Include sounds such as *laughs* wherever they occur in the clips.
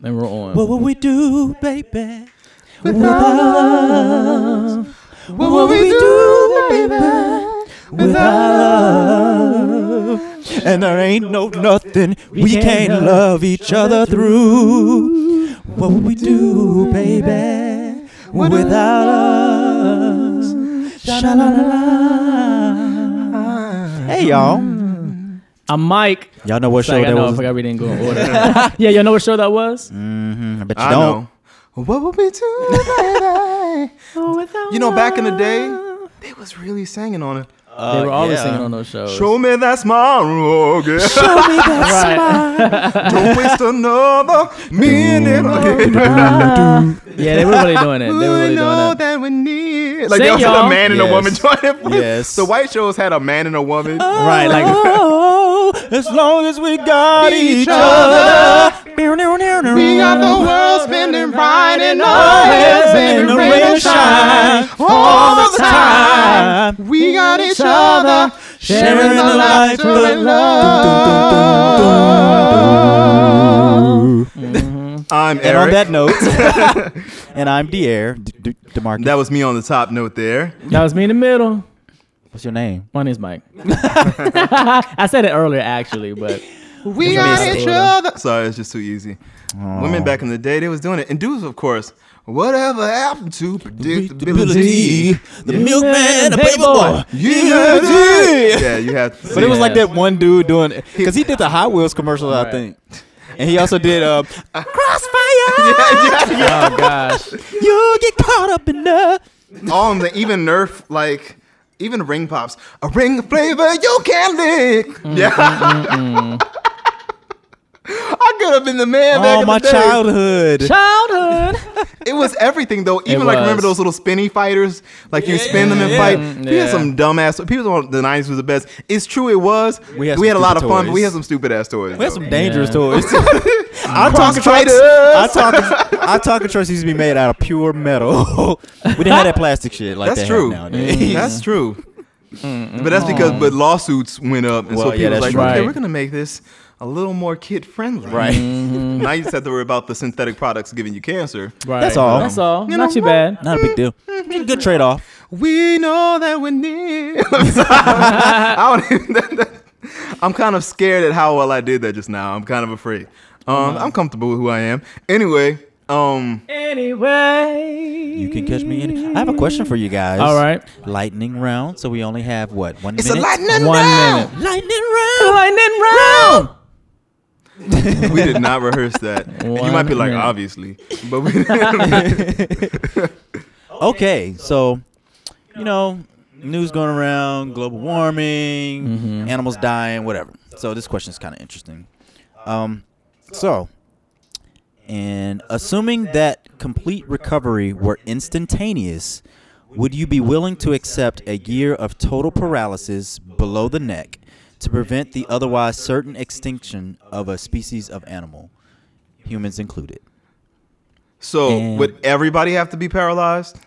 Then we're on. What would we do, baby? Without love. What would we do, baby? Without love. And there ain't no nothing we can't love each other through. What would we do, baby? Without us. Sha-la-la-la. Hey, y'all. I'm Mike. Y'all know what show Sorry, I that know. I was? forgot we didn't go in order. *laughs* yeah, y'all know what show that was? Mm, I bet you I don't. know. What would we do, baby? you know, back in the day, they was really singing on it. they were always yeah. singing on those shows. Show me that smile, oh girl. *laughs* Right. Don't waste another minute. yeah, they were really doing it. They *laughs* were really doing know it. that we need. Like Sing, there was y'all. a man and a woman Yes. joining. forces. Yes. The white shows had a man and a woman. Right, like Oh, as long as we got each other. other. We We got the world spinning right in our Always hands, in baby, the rain and shine, all the time. We got each other, sharing the life the and love. I'm And on Eric. that *laughs* note, and I'm Dier D- D- Demarcus. That was me on the top note there. That was me in the middle. What's your name? My name's *laughs* Mike. I said it earlier, actually, but We got got each each other. Sorry, it's just too easy. Women back in the day, they was doing it, and dudes, of course. Whatever happened to predictability? the milkman, Man, the hey, paper boy. boy. Yeah, Yeah. yeah, you have. To But it was like Yeah. that one dude doing because he did the Hot Wheels commercial, I think, and he also did *laughs* uh, Crossfire. oh gosh, You get caught up in the. all of them, even Nerf, like even ring pops, a ring flavor you can lick. yeah, *laughs* I could have been the man back Oh, in my the day. childhood. childhood. It was everything though. Even like remember was. those little spinny fighters, like you spin them and fight. Mm, We had yeah. some dumb ass. People thought the nineties was the best. It's true, it was. We We had had, some a lot of stupid fun, but we toys. had some stupid ass toys. We had though. some dangerous Yeah. toys. *laughs* I talk trucks. I talk. I talk trucks used to be made out of pure metal. *laughs* we didn't have that plastic shit like That's they true. Mm-hmm. have nowadays. That's true. But that's because but lawsuits went up, Mm-hmm. and Well, so yeah, people was that's like, right. okay, we're gonna make this a little more kid friendly. *laughs* Right. *laughs* now you just have to worry about the synthetic products giving you cancer. Right. That's all. That's all. You Not know too bad. what? Not a big deal. Good trade off. We know that we need. *laughs* I'm sorry. I don't even. that- that- I'm kind of scared at how well I did that just now. I'm kind of afraid. Um, I'm comfortable with who I am. Anyway, um, Anyway, You can catch me in. I have a question for you guys. All right. Lightning round. So we only have what one it's minute. a lightning One round. minute. lightning round. Lightning round. *laughs* We did not rehearse that. *laughs* And you might be One like, minute. obviously, but we didn't. *laughs* Okay. So, you know, news going around, global warming, animals dying, whatever. So this question is kind of interesting. Um, so, and assuming that complete recovery were instantaneous, would you be willing to accept a year of total paralysis below the neck to prevent the otherwise certain extinction of a species of animal, humans included? so And- would everybody have to be paralyzed?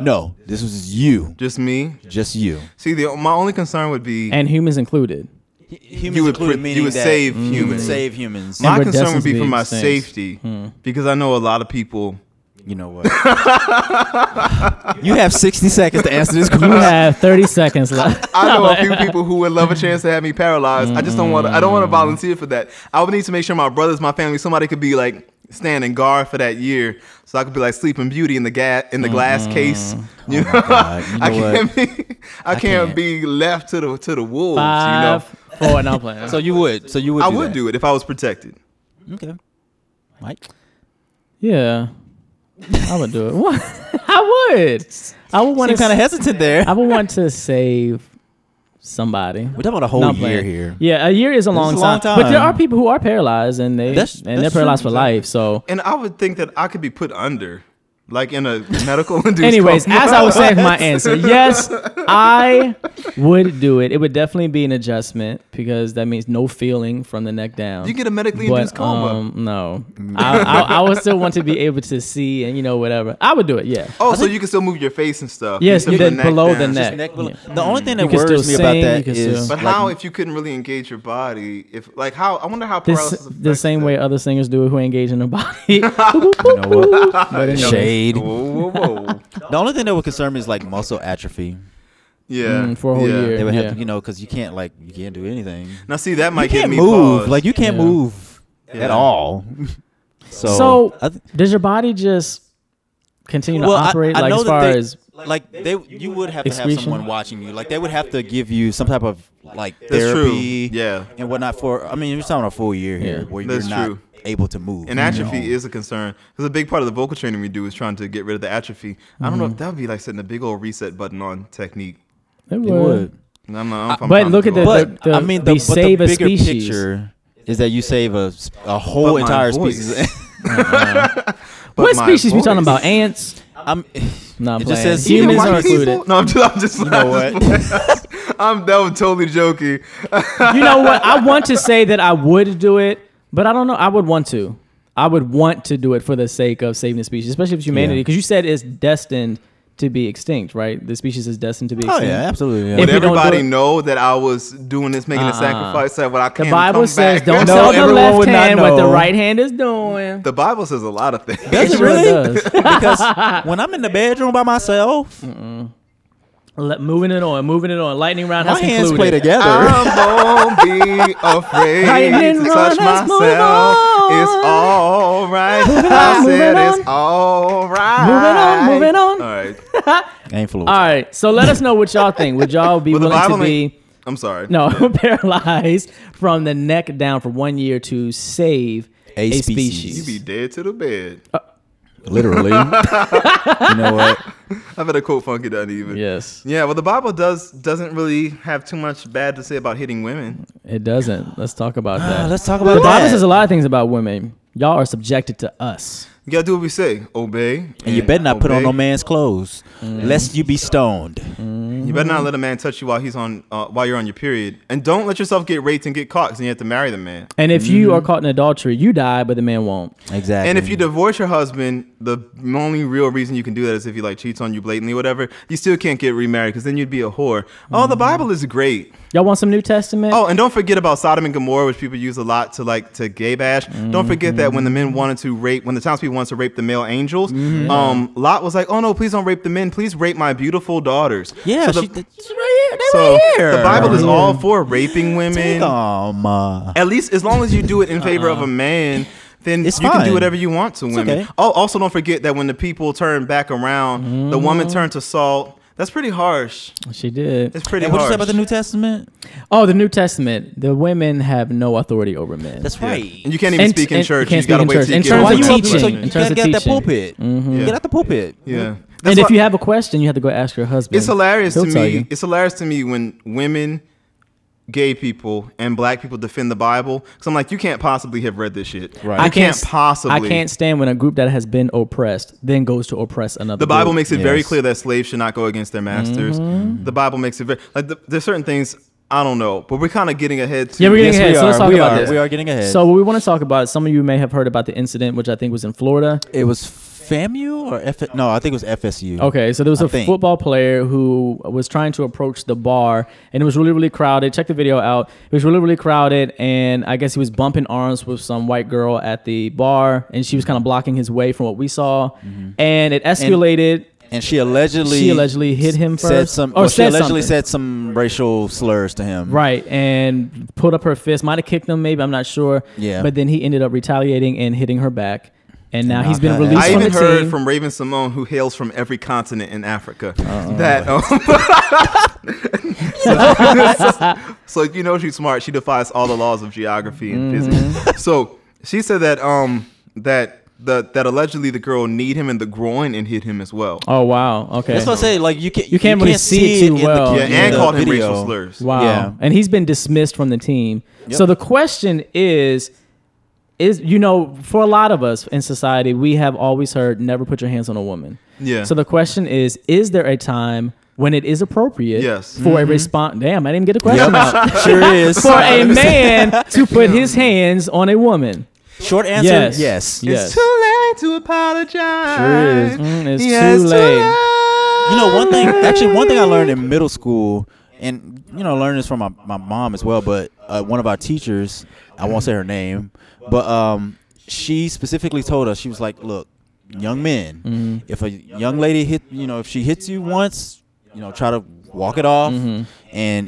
No, this was you, Just me? just you. See, the, my only concern would be And humans included. Humans you would pre- you would save Mm. You would humans. save humans. my where concern would destinies be for be my extinct. safety Hmm. because I know a lot of people. you know what? *laughs* you have 60 seconds to *laughs* answer this You question. have 30 seconds *laughs* left. I know a few people who would love a chance to have me paralyzed. I just don't want. to. I don't Mm. want to volunteer for that. I would need to make sure my brothers, my family, somebody could be like standing guard for that year, so I could be like Sleeping Beauty in the ga- in the glass Mm-hmm. case. You know, Oh God, you Oh I know what? can't be. I, can't, can't. be left to the to the wolves. Five, You four, no, I'm playing. *laughs* So you would. So you would. know, I do would that. do it if I was protected. Okay. Mike. yeah, I would do it. What? *laughs* I would. I would want Seem to kind of hesitant there. I would want to save somebody. We're talking about Oh, a whole Not year playing. here. Yeah, a year is a long, is a long time. But there time. are people who are paralyzed and they That's- and that's they're paralyzed true, for life. So And I would think that I could be put under. like in a medical *laughs* induced Anyways, coma. as I was saying, my answer yes, *laughs* I would do it. It would definitely be an adjustment because that means no feeling from the neck down. You get a medically But, induced coma. um, *laughs* no, I, I, I would still want to be able to see and you know whatever. I would do it. Yeah. oh, so you can still move your face and stuff. Yes, Except you for did below the down. neck. Just neck Yeah. below. The only thing You that can still worries me about sing, you that can is, still- But like, how if you couldn't really engage your body? If like how I wonder how This, paralysis the affects same that. way other singers do it who engage in their body. you know *laughs* *laughs* what? But anyway. shade. Whoa, *laughs* whoa, Mm, whoa. The only thing that would concern me is like muscle atrophy. yeah, Mm, for a whole yeah. year. They would have Yeah. to, you know, because you can't like you can't do anything. Now see that might you give can't me move. pause. Like you can't Yeah. move at Yeah. *laughs* all. so, So- I th- Does your body just continue well, to operate I, I like know as that far they, as like they you would have to have Excretion? someone watching you. Like they would have to give you some type of like That's true. therapy, Yeah. and whatnot. For I mean, you're talking a full year here Yeah. where That's you're not true. able to move. And atrophy is a concern because a big part of the vocal training we do is trying to get rid of the atrophy. I don't Mm-hmm. know if that would be like setting a big old reset button on technique. it It would. And I'm not, I'm from Uh, But time look to at go. the- But- But I mean, the, we but the save a bigger species. picture is that you save a, s- a whole my entire voice. species. *laughs* but what my species we talking voice- about? Ants? I'm, Not It just playing. says Even humans white are people? included. No, I'm just, I'm just, you know *laughs* I'm that was *laughs* totally joking. you know what? I want to say that I would do it, but I don't know. I would want to. I would want to do it for the sake of saving the species, especially if it's humanity, Yeah. because you said it's destined to be extinct, right? The species is destined to be oh extinct. yeah, absolutely. If Did we don't do everybody it- know that I was doing this, making a Uh-uh. sacrifice? That what I The can Bible come says, back. *laughs* "Don't No, tell the everyone left would not hand what the know. right hand is doing." The Bible says a lot of things. *laughs* Does It it sure really? does. because when I'm in the bedroom by myself, Let, moving it on, moving it on. Lightning round my has hands concluded. play Uh, together. I'm gonna be afraid Lightning to rod, touch let's move myself. on. It's all right. on, I said moving it's on. all right. moving on. All right. Ain't fluid. All right, so let us know what y'all think. Would y'all be Well, the willing Bible to be? ain't- I'm sorry. No, *laughs* paralyzed from the neck down for one year to save a, A species. species. You be dead to the bed. Uh. *laughs* Literally. Uh, you know what? I better quote funky done even. yes, Yeah, well, the Bible does doesn't really have too much bad to say about hitting women. it doesn't. Let's talk about Ah, that. let's talk about the Bible that. says a lot of things about women. Y'all are subjected to us. You gotta do what we say. Obey. And, And you better not put on obey. no man's clothes, lest Mm. you be stoned. You better Mm-hmm. not let a man touch you while he's on uh, while you're on your period, and don't let yourself get raped and get caught, because you have to marry the man. And if Mm-hmm. you are caught in adultery, you die, but the man won't. Exactly. And if you divorce your husband, the only real reason you can do that is if he like cheats on you blatantly, or whatever. You still can't get remarried because then you'd be a whore. Oh, Mm-hmm. the Bible is great. Y'all want some New Testament? Oh, and don't forget about Sodom and Gomorrah, which people use a lot to like to gay bash. Don't forget that when the Mm-hmm. men wanted to rape, when the townspeople wanted to rape the male angels, um, Lot was like, "Oh no, please don't rape the men. Please rape my beautiful daughters." yeah, So she, the, she's right here. They so right here. the Bible is Yeah. all for raping Take women. 'em, uh, At least as long as you do it in favor Uh-uh. of a man, then It's you can fine. do whatever you want to women. okay. Oh, also don't forget that when the people turn back around, the woman Mm-hmm. turned to salt. That's pretty harsh. she did. It's pretty and what you harsh. say about the New Testament? Oh, the New Testament. The women have no authority over men. That's Yeah. right. And you can't even And- speak in and you church. You, can't speak gotta in wait till you church. get In terms Why of you one up- to teaching, So church. you in terms gotta of get out that teaching. Mm-hmm. pulpit. Yeah. Get out the pulpit. Yeah. and That's if why- you have a question, you have to go ask your husband. it's hilarious He'll to tell me. you. It's hilarious to me when women, gay people, and black people defend the Bible. Because I'm like, you can't possibly have read this shit. Right. You I can't, s- possibly. I can't stand when a group that has been oppressed then goes to oppress another. The Bible makes it very Yes. clear that slaves should not go against their masters. The Bible makes it very like the, there's certain things I don't know, but we're kind of getting ahead. To Yeah, we're getting Yes, ahead. we so let's are. talk We about are. this. We are getting ahead. So what we want to talk about. Some of you may have heard about the incident, which I think was in Florida. It was FAMU or F? No, I think it was FSU. Okay, so there was I a think. football player who was trying to approach the bar, and it was really, really crowded. Check the video out. It was really, really crowded, and I guess he was bumping arms with some white girl at the bar, and she was kind of blocking his way from what we saw, Mm-hmm. and it escalated. And she allegedly She allegedly hit him Said first? some. Or well, she said allegedly something. said some racial slurs to him. Right, and put up her fist. Might have kicked him, maybe I'm not sure. Yeah. But then he ended up retaliating and hitting her back, and now he's knocked been her released ass. I from even the heard team. from Raven Simone, who hails from every continent in Africa, that um, um, *laughs* so, so you know she's smart. She defies all the laws of geography and physics. So she said that um that the that allegedly the girl kneed him in the groin and hit him as well. oh wow. Okay. That's what I say. Like you can't. You can't really see it too in the- well. yeah, yeah, and the called him video. racial slurs. Wow. Yeah. And he's been dismissed from the team. So the question is is you know for a lot of us in society we have always heard never put your hands on a woman. Yeah. So the question is, is there a time when it is appropriate Yes. for Mm-hmm. a response? Damn, I didn't get a question out. *laughs* *laughs* sure is. For a man to *laughs* put his hands on a woman. Short answer, Yes. yes. Yes. It's too late to apologize. Sure is. Mm, it's Yeah, too late. You know, one thing, actually, one thing I learned in middle school, and, you know, I learned this from my, my mom as well, but uh, one of our teachers, I won't say her name, but um, she specifically told us, she was like, look, young men, if a young lady hit, you know, if she hits you once, you know, try to walk it off and,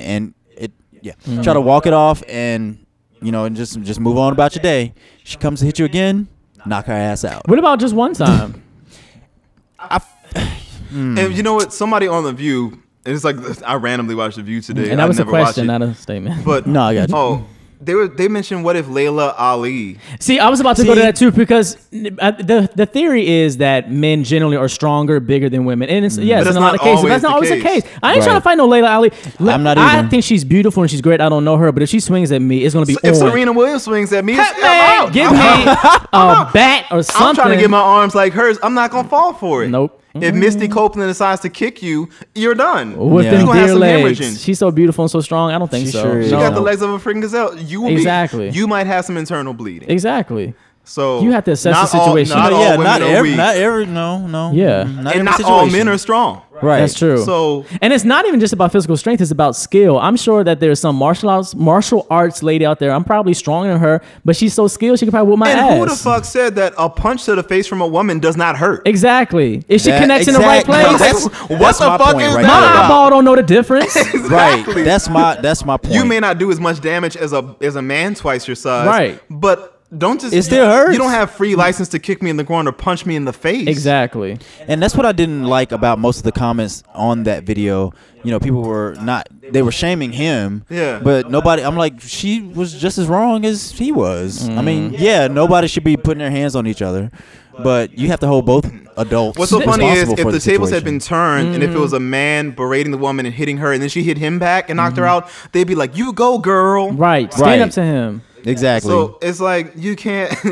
and it, yeah, try to walk it off and, you know, and just, just move on about your day. She comes to hit you again, knock her ass out. What about just one *laughs* time? mm. And you know what? Somebody on the View, and it's like I randomly watched the View today. and that I was a never watched question, it, not a statement. but No, I got you. Oh, they were they mentioned what if Layla Ali? *laughs* See, I was about to go to See? that too because uh, the the theory is that men generally are stronger, bigger than women, and it's yes, Mm. But in that's a lot not of cases, but always that's not the always the case. case. I ain't Right. trying to find no Layla Ali. Le- I'm not I either. think she's beautiful and she's great. I don't know her, but if she swings at me, it's gonna be If on. Serena Williams swings at me, it's, Hey, I'm out. give I'm me out. a bat or something. I'm trying to get my arms like hers. I'm not gonna fall for it. Nope. If Misty Copeland decides to kick you, you're done. with Yeah. them You gonna have dear some legs. hemorrhaging. She's so beautiful and so strong. I don't think She so. sure is. You No. got the legs of a freaking gazelle. You will Exactly. Be, you might have some internal bleeding. Exactly. So You have to assess not the all- situation. not No, all yeah, women not are every, weak. not every, no, no. Yeah. mm, and every not all situation. men are strong. Right. That's true. So And it's not even just about physical strength; it's about skill. I'm sure that there's some martial arts martial arts lady out there. I'm probably stronger than her, but she's so skilled she could probably whip my and ass. who the fuck said that a punch to the face from a woman does not hurt? Exactly. If she That- connects in the right exactly. place, That's- What that's the my fuck point is right my *laughs* that there. about? eyeball don't know the difference. *laughs* Exactly. Right. That's my that's my point. You may not do as much damage as a as a man twice your size. Right. But don't just It still hurts. You don't have free license to kick me in the groin or punch me in the face. exactly. and that's what I didn't like about most of the comments on that video. You know, people were not they were shaming him. Yeah. But nobody I'm like, she was just as wrong as he was. I Mm. mean, yeah, nobody should be putting their hands on each other. But you have to hold both adults. What's so funny is responsible if for the, tables had been situation. turned and if Mm-hmm. it was a man berating the woman and hitting her and then she hit him back and knocked her out, they'd be like, "You go, girl." Mm-hmm. Right. Stand Right. up to him. Exactly. So it's like you can't. *laughs*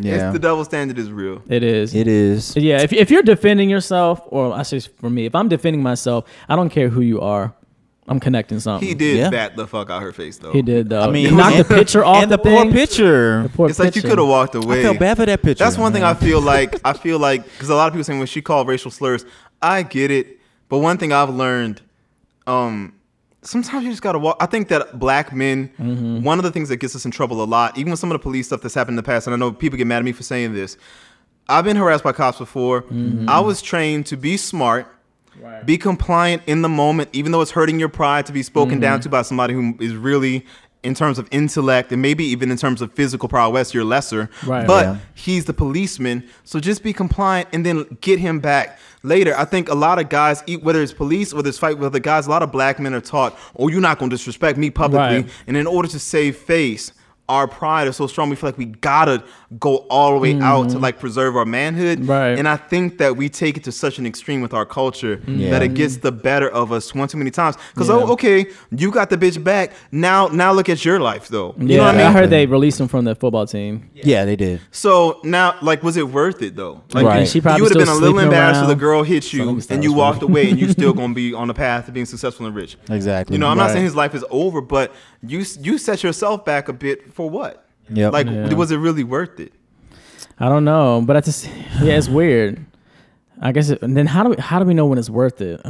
Yeah. it's, the double standard is real. It is. it is. yeah. If, if you're defending yourself, or I say for me, if I'm defending myself, I don't care who you are. I'm connecting something. He did Yeah. bat the fuck out her face though. He did though. I mean he *laughs* knocked the and- picture off and the, the, thing. poor picture. Poor It's like you picture. could have walked away. I felt bad for that picture. That's one thing man. I feel like. I feel like because a lot of people saying when she called racial slurs, I get it. But one thing I've learned, um, sometimes you just gotta walk. I think that black men, Mm-hmm. one of the things that gets us in trouble a lot, even with some of the police stuff that's happened in the past, and I know people get mad at me for saying this. I've been harassed by cops before. Mm-hmm. I was trained to be smart. Be compliant in the moment, even though it's hurting your pride to be spoken Mm-hmm. down to by somebody who is really, in terms of intellect and maybe even in terms of physical prowess, you're lesser. Right. But Yeah. he's the policeman. So just be compliant and then get him back later. I think a lot of guys, e- whether it's police, whether it's fight with other guys, a lot of black men are taught, oh, you're not going to disrespect me publicly. Right. And in order to save face, our pride is so strong, we feel like we gotta go all the way out to like preserve our manhood. Mm-hmm. Right. And I think that we take it to such an extreme with our culture Yeah. that it gets the better of us one too many times. Because Yeah. oh, okay, you got the bitch back. Now, now look at your life though. You Yeah, know what I mean? I heard they released him from the football team. Yeah, they did. So now, like, was it worth it though? Like, Right. you- She probably you would have still been a little sleeping embarrassed if the around. girl hit So let you me stop and you this walked *laughs* away, and you still gonna be on the path to being successful and rich. Exactly. You know, I'm not Right. saying his life is over, but you s- you set yourself back a bit for what? Yep. Like, Yeah. was it really worth it? I don't know, but I just yeah, it's weird. I guess it, and then how do we how do we know when it's worth it?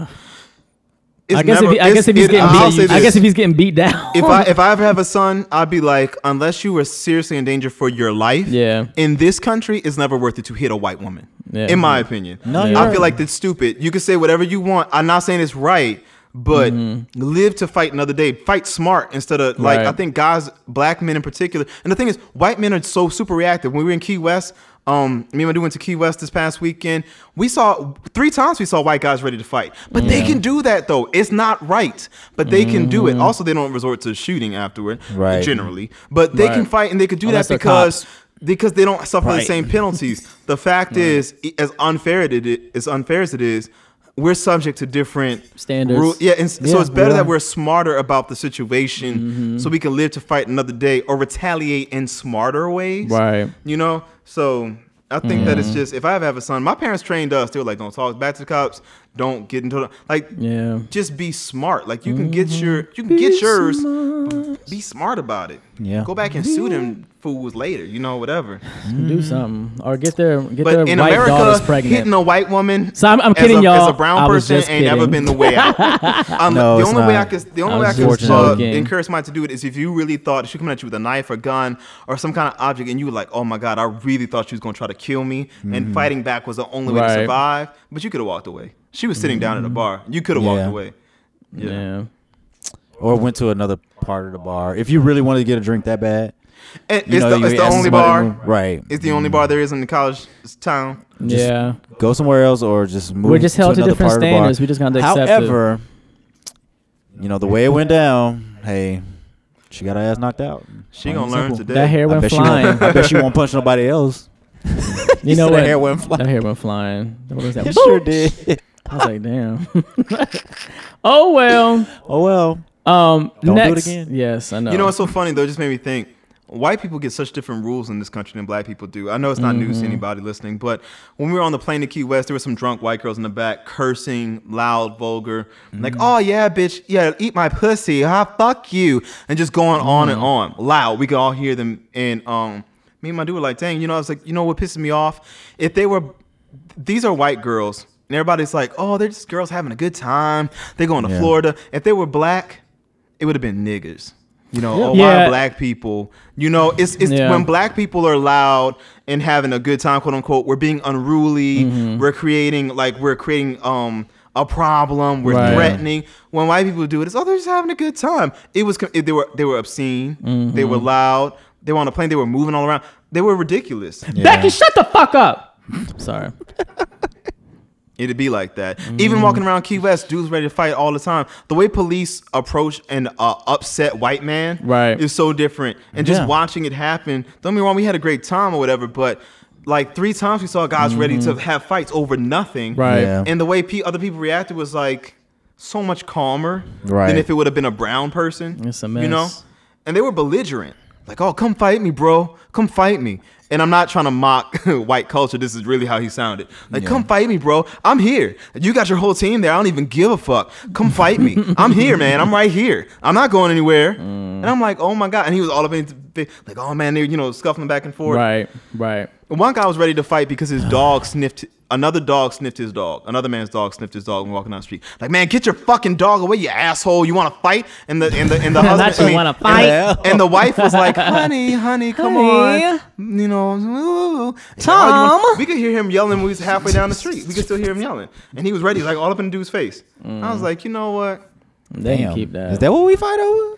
It's I guess never- if he, I it's- guess if he's it- getting I'll say beat, I this. guess if he's getting beat down. *laughs* if *laughs* I if I ever have a son, I'd be like, unless you were seriously in danger for your life, Yeah. In this country, it's never worth it to hit a white woman. Yeah. Mm-hmm. In my opinion, No, I you're feel right. like that's stupid. You can say whatever you want. I'm not saying it's right, but live to fight another day. Fight smart instead of like Right. I think guys, black men in particular, and the thing is, white men are so super reactive. When we were in Key West. Um, me and my dude went to Key West this past weekend. We saw three times we saw white guys ready to fight, but they can do that though. It's not right, but they can do it. Also, they don't resort to shooting afterward, Right. Generally, but they can Right. fight and they can do Unless that they're because because they don't suffer the *laughs* Right. same penalties. The fact is, i- as unfair it it is, as unfair as it is, we're subject to different Standards. rule- yeah, and s- Yeah, Mm-hmm. so it's better we that are. we're smarter about the situation, so we can live to fight another day or retaliate in smarter ways. Right. You know. So I think that Mm-hmm. it's just if I ever have a son, my parents trained us. They were like, "Don't talk back to the cops. Don't get into the, like." Yeah. Just be smart. Like you can get your you can get yours. Mm-hmm. smart. Be smart about it. Yeah. Go back and sue them fools later. You know, whatever. Do something or get their get Mm-hmm. But their in white daughters America, pregnant. hitting a white woman. So I'm- I'm as kidding, a, y'all. As a brown I was person, just ain't ever kidding. been the *laughs* way out. Um, No, the it's only way I not. could, the only I way I was could just uh, joking. encourage mine to do it is if you really thought she coming at you with a knife or gun or some kind of object, and you were like, "Oh my God, I really thought she was gonna try to kill me," and fighting back was the only way to Mm-hmm. Right. Mm-hmm. survive. But you could have walked away. She was sitting down at a bar. You could have walked Yeah. away. yeah. or went to another part of the bar. If you really wanted to get a drink that bad, And you it's know, the, you it's the ask only somebody bar. to move- right? It's the only bar there is in the college town. yeah. Go somewhere else, or just move. We're just held to another different part of the bar. standards. We just gotta accept it. However, you know the way it went down. Hey, she got her ass knocked out. She Plain gonna and learn simple. today. That hair I went bet, she won't, I flying. bet she won't punch nobody *laughs* else. you *laughs* know said what? That hair went *laughs* flying. That hair went flying. What was that? It sure did. I was like, damn. *laughs* oh well. Oh well. Um, do it next. again. Yes, I know. Oh. You know what's so funny though? It just made me think. White people get such different rules in this country than black people do. I know it's not news Mm-hmm. to anybody listening, but when we were on the plane to Key West, there were some drunk white girls in the back cursing, loud, vulgar, Mm-hmm. like, oh yeah, bitch, yeah, eat my pussy, huh? Fuck you. And just going on and Mm-hmm. on. Loud. We could all hear them. And um, me and my dude were like, dang, you know, I was like, you know what pisses me off? If they were these are white girls, and everybody's like, oh, they're just girls having a good time. They're going to Yeah. Florida. If they were black, it would have been niggas. You know, oh, why Yeah. black people? You know, it's it's Yeah. when black people are loud and having a good time, quote unquote. We're being unruly. Mm-hmm. We're creating like we're creating um a problem. We're Right. threatening. When white people do it, it's oh they're just having a good time. It was com- they were they were obscene. They Mm-hmm. were loud. They were on a plane. They were moving all around. They were ridiculous. Becky, shut the fuck up. *laughs* Sorry. It'd be like that. Mm-hmm. Even walking around Key West, dudes ready to fight all the time. The way police approach an uh, upset white man Right. is so different. And just Yeah. watching it happen, don't get me wrong, we had a great time or whatever, but like three times we saw guys ready to have fights over nothing. Mm-hmm. Right. Yeah. And the way pe- other people reacted was like so much calmer Right. than if it would have been a brown person. It's a You know? mess. And they were belligerent. Like, oh, come fight me, bro. Come fight me. And I'm not trying to mock *laughs* white culture. This is really how he sounded. Like, come fight me, bro. I'm here. You got your whole team there. I don't even give a fuck. Come *laughs* fight me. I'm here, man. I'm right here. I'm not going anywhere. Mm. And I'm like, oh my God. And he was all up in his face, like, oh man, they're, you know, scuffling back and forth. Right. Right. One guy was ready to fight *sighs* because his dog sniffed. Another dog sniffed his dog. Another man's dog sniffed his dog when walking down the street. Like, man, get your fucking dog away, you asshole! You want to fight? And the and the *laughs* and the Not husband. you I mean, wanna and the- fight. *laughs* And the, wife *laughs* was like, "Honey, honey, come Honey. on, you know." ooh." And, "Oh, you Tom." want-" we could hear him yelling when we was halfway down the street. We could still hear him yelling, and he was ready, like all up in the dude's face. I was like, you know what? They can Damn. keep that. Is that what we fight over?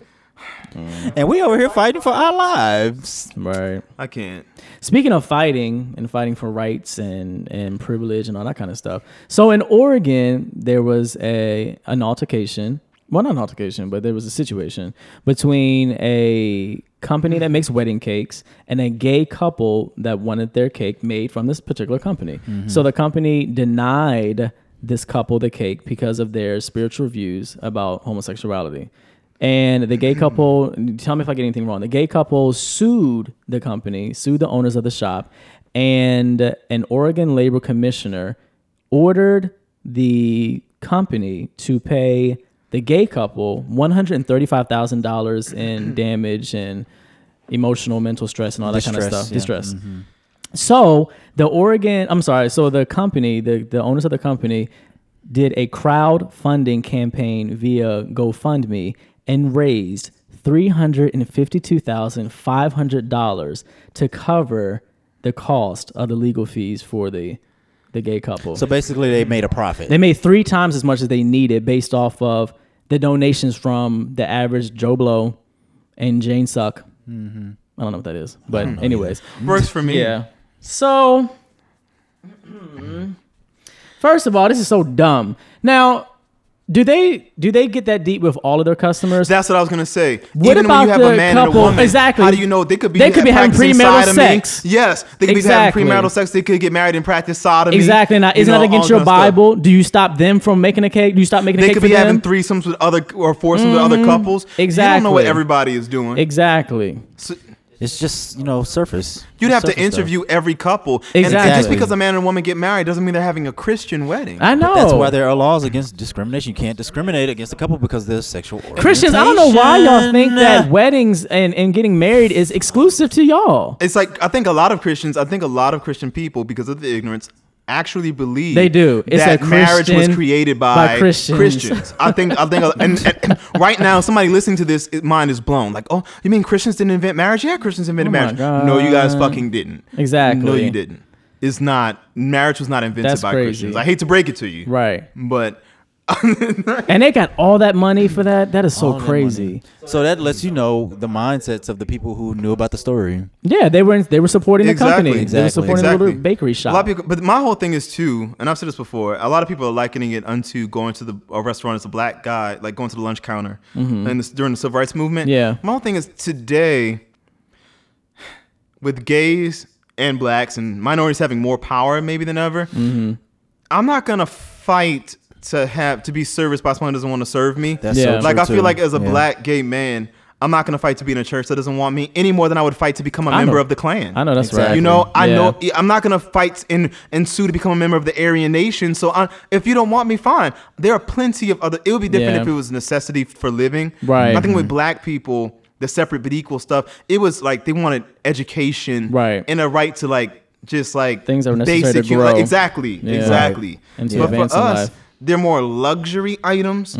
And we over here fighting for our lives. right. I can't. Speaking of fighting and fighting for rights and, and privilege and all that kind of stuff. So in Oregon, there was a an altercation. Well, not an altercation, but there was a situation between a company that makes wedding cakes and a gay couple that wanted their cake made from this particular company. So the company denied this couple the cake because of their spiritual views about homosexuality. And the *clears throat* gay couple, tell me if I get anything wrong. The gay couple sued the company, sued the owners of the shop, and an Oregon labor commissioner ordered the company to pay the gay couple $135,000 *clears throat* in damage and emotional, mental stress, and all that kind of Distress, stuff. yeah. Mm-hmm. Distress. So the Oregon, I'm sorry, so the company, the, the owners of the company did a crowdfunding campaign via GoFundMe and raised $352,500 to cover the cost of the legal fees for the the gay couple. So basically, they made a profit. They made three times as much as they needed based off of the donations from the average Joe Blow and Jane Suck. Mm-hmm. I don't know what that is, but anyways, Works for me. yeah. So, first of all, this is so dumb. Now, Do they do they get that deep with all of their customers? That's what I was gonna say. What Even about when you have the a man and couple- a woman, exactly. How do you know they could be? They could be having practicing premarital sodomy. sex. Yes, they could Exactly. be having premarital sex. They could get married and practice sodomy. exactly. Now, you isn't know, that all against your kind of stuff. Bible? Do you stop them from making a cake? Do you stop making a They cake could for be them? having threesomes with other or foursomes with other couples. You don't know Mm-hmm. exactly. what everybody is doing. exactly. So It's just you know surface. You'd have to Surface stuff. interview every couple. And, and just Exactly. because a man and a woman get married doesn't mean they're having a Christian wedding. I know. That's why there are laws against discrimination. You can't discriminate against a couple because they're sexual. Christians, I don't know why y'all think that orientation. weddings and, and getting married is exclusive to y'all. it's like I think a lot of Christians, I think a lot of Christian people, because of the ignorance, actually believe They do. It's that a marriage was Christian- created by, by Christians. Christians. I think I think and, and- and right now somebody listening to this it- mind is blown. Like, oh, you mean Christians didn't invent marriage? Yeah, Christians invented Oh my marriage. No, you guys God. fucking didn't. Exactly. No, you didn't. It's not marriage was not invented That's by crazy. Christians. I hate to break it to you. Right. But *laughs* And they got all that money for that. That is so All that crazy. money. So that lets you know the mindsets of the people who knew about the story. Yeah, they were in, they were supporting the company. They were Exactly. supporting the little bakery shop. A lot of people, but my whole thing is too, and I've said this before. A lot of people are likening it unto going to the a restaurant as a black guy, like going to the lunch counter, and this, during the civil rights movement. Mm-hmm. Yeah. my whole thing is today, with gays and blacks and minorities having more power maybe than ever. Mm-hmm. I'm not gonna fight to have to be serviced by someone who doesn't want to serve me. That's Yeah. so like true, I feel too. like as a Yeah. black gay man. I'm not gonna fight to be in a church that doesn't want me any more than I would fight to become a I know. member of the Klan. I know that's right. You know, I Yeah. know I'm not gonna fight and and sue to become a member of the Aryan Nation. So I, if you don't want me, fine. There are plenty of other. It would be different Yeah. if it was necessity for living. Right. Mm-hmm. I think with black people, the separate but equal stuff. It was like they wanted education. Right. And a right to like just like Things that were necessary to basic human- grow. like, exactly. Yeah. Exactly. And to But advance for in us. life. Mm-hmm. They're more luxury items.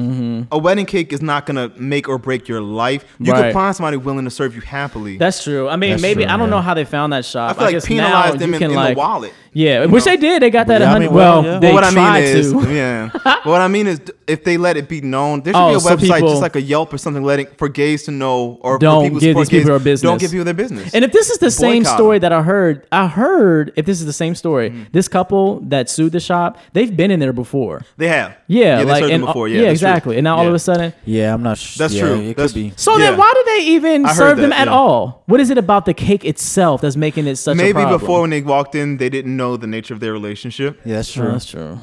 A wedding cake is not gonna make or break your life. You Right. could find somebody willing to serve you happily. That's true. I mean, That's maybe true, I don't yeah. know how they found that shop. I feel like guess now penalize them you in, can, in like- the wallet. Yeah, which they did. They got that Yeah, I hundred. mean, well, well, yeah. they But what I mean tried is, to. yeah. But what I mean is, if they let it be known, there should Oh, be a so website, people- just like a Yelp or something, letting for gays to know or Don't for people give support these people gays, our business. Don't give people their business. And if this is the same Boycott story them. that I heard, I heard if this is the same story, Mm-hmm. this couple that sued the shop, they've been in there before. they have, Yeah, yeah, they like served and, uh, them before, yeah, yeah, that's true. exactly. And now all Yeah. of a sudden, Yeah, I'm not sure. That's yeah, true. It That's- could be. so then Yeah. why did they even I heard serve them that, at yeah. all? What is it about the cake itself that's making it such a Maybe problem? before when they walked in, they didn't know the nature of their relationship. Yeah, that's Oh, true. that's true.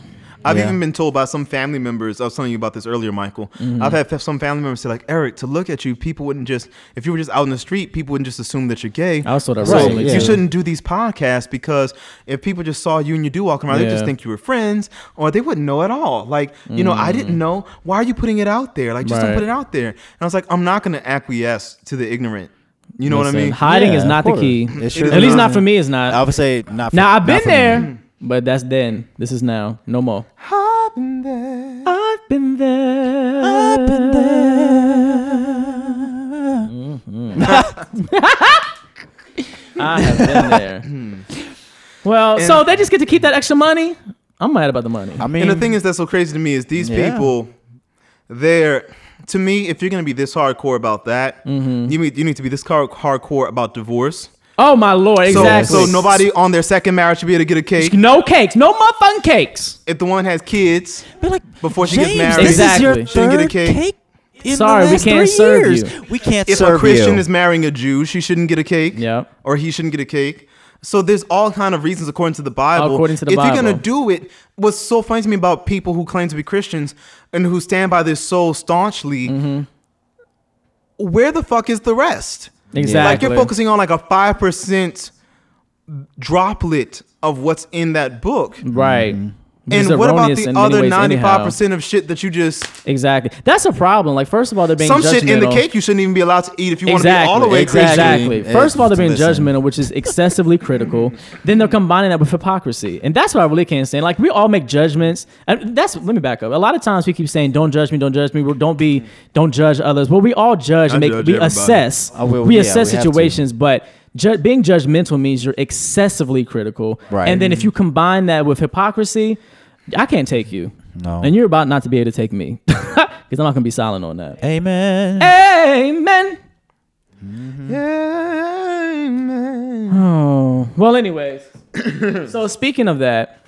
I've Yeah. even been told by some family members. I was telling you about this earlier, Michael. Mm-hmm. I've had some family members say, like, Eric, to look at you, people wouldn't just if you were just out in the street, people wouldn't just assume that you're gay. I was told that So recently, you too. shouldn't do these podcasts because if people just saw you and you do walking around, they just Yeah. think you were friends, or they wouldn't know at all. Like, you know, I didn't know. Why are you putting it out there? Like, just Mm. Right. don't put it out there. And I was like, I'm not going to acquiesce to the ignorant. You know Listen, what I mean? Hiding Yeah, is of not the course. key. It sure at least is. not for me. It's not. I would say not. For, now I've been not for me. there, Mm. but that's then. This is now. No more. I've been there. I've been there. I've been there. I have been *laughs* there. Hmm. well, so they just get to keep that extra money. I'm mad about the money. I mean, and the thing is that's so crazy to me is these Yeah. people they're to me if you're gonna be this hardcore about that you need you need to be this car- hardcore about divorce Oh my lord! So- Exactly. so, nobody on their second marriage should be able to get a cake no cakes, no motherfucking cakes. if the one has kids But like Before she gets James, married. this is your Exactly. She didn't get a third cake. cake. in Sorry, the we last can't three serve years. you. We can't if serve a Christian you. is marrying a Jew, she shouldn't get a cake. Yep. Or he shouldn't get a cake. So there's all kind of reasons according to the Bible. According to the if Bible. you're gonna do it, what's so funny to me about people who claim to be Christians and who stand by this so staunchly, Mm-hmm. where the fuck is the rest? Like Exactly. you're focusing on like a five percent droplet of what's in that book. Right. Which is Mm-hmm. And what about erroneous the in many other ways anyhow. ninety five percent of shit that you just Exactly. That's a problem. Like, first of all, they're being some shit in the judgmental. cake you shouldn't even be allowed to eat if you want to be all the way Christian. exactly. Christian. First of all, they're being Listen. judgmental, which is excessively critical. *laughs* then they're combining that with hypocrisy, and that's what I really can't stand. Like we all make judgments, and that's let me back up. A lot of times we keep saying, "Don't judge me, don't judge me, well, don't be, don't judge others." Well, we all judge and I make judge we everybody. assess, I will- we yeah, assess we have to. situations, but. Ju- being judgmental means you're excessively critical, Right. and then if you Mm-hmm. combine that with hypocrisy, I can't take you, No. and you're about not to be able to take me *laughs* because I'm not gonna be silent on that. Amen. Eh. Amen. Mm-hmm. Amen. Oh. Well, anyways. so speaking of that,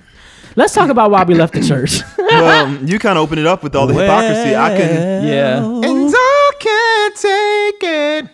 let's talk about why we left the church. well, Um, you kind of opened it up with all the hypocrisy. I couldn't. Yeah. And I can't take it.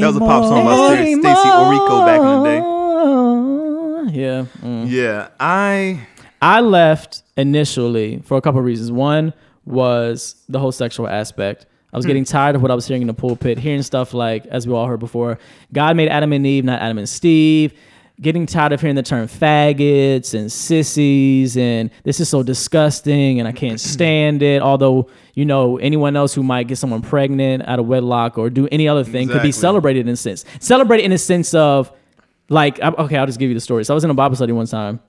That was a pop song by Stacy Anymore. Orico back in the day. Yeah. mm. Yeah, I. I left initially for a couple of reasons. One was the whole sexual aspect. I was getting tired of what I was hearing in the pulpit, hearing stuff like, as we all heard before, God made Adam and Eve, not Adam and Steve. Getting tired of hearing the term faggots and sissies, and this is so disgusting, and I can't stand it. Although, you know, anyone else who might get someone pregnant out of wedlock or do any other thing could be Exactly. celebrated in a sense. Celebrated in a sense of, like, I- okay, I'll just give you the story. So I was in a Bible study one time,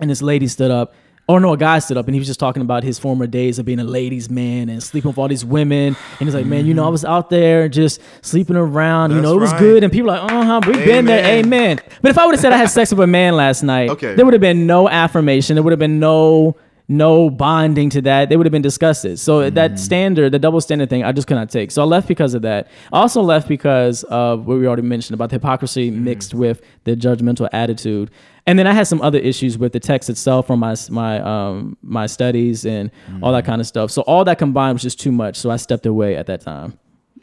and this lady stood up or no a guy stood up and he was just talking about his former days of being a ladies man and sleeping with all these women and he's like man you know i was out there just sleeping around you Mm. That's know it was right. good and people are like uh-huh we've been there Amen. amen but if i would have said i had sex with a man last night Okay. there would have been no affirmation there would have been no no bonding to that they would have been disgusted so Mm-hmm. that standard the double standard thing i just could not take so i left because of that i also left because of what we already mentioned about the hypocrisy Mm-hmm. mixed with the judgmental attitude and then i had some other issues with the text itself from my my um my studies and all Mm-hmm. that kind of stuff so all that combined was just too much so i stepped away at that time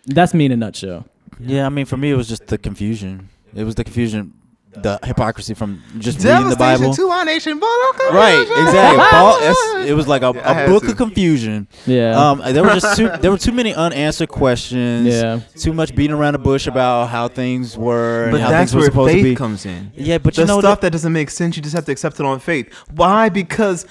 that's me in a nutshell Yeah, I mean, for me, it was just the confusion. It was the confusion, the hypocrisy from just reading the Devastation Bible. to our nation, but I'll come *laughs* Right, out. exactly. Paul- that's- it was like a, Yeah, I a had book to. of confusion. Yeah. Um, there were just *laughs* too, there were too many unanswered questions. Yeah. Too much beating around the bush about how things were But and how that's things were where supposed to be. faith comes in. yeah, but the you know stuff the- that doesn't make sense, you just have to accept it on faith. Why? Because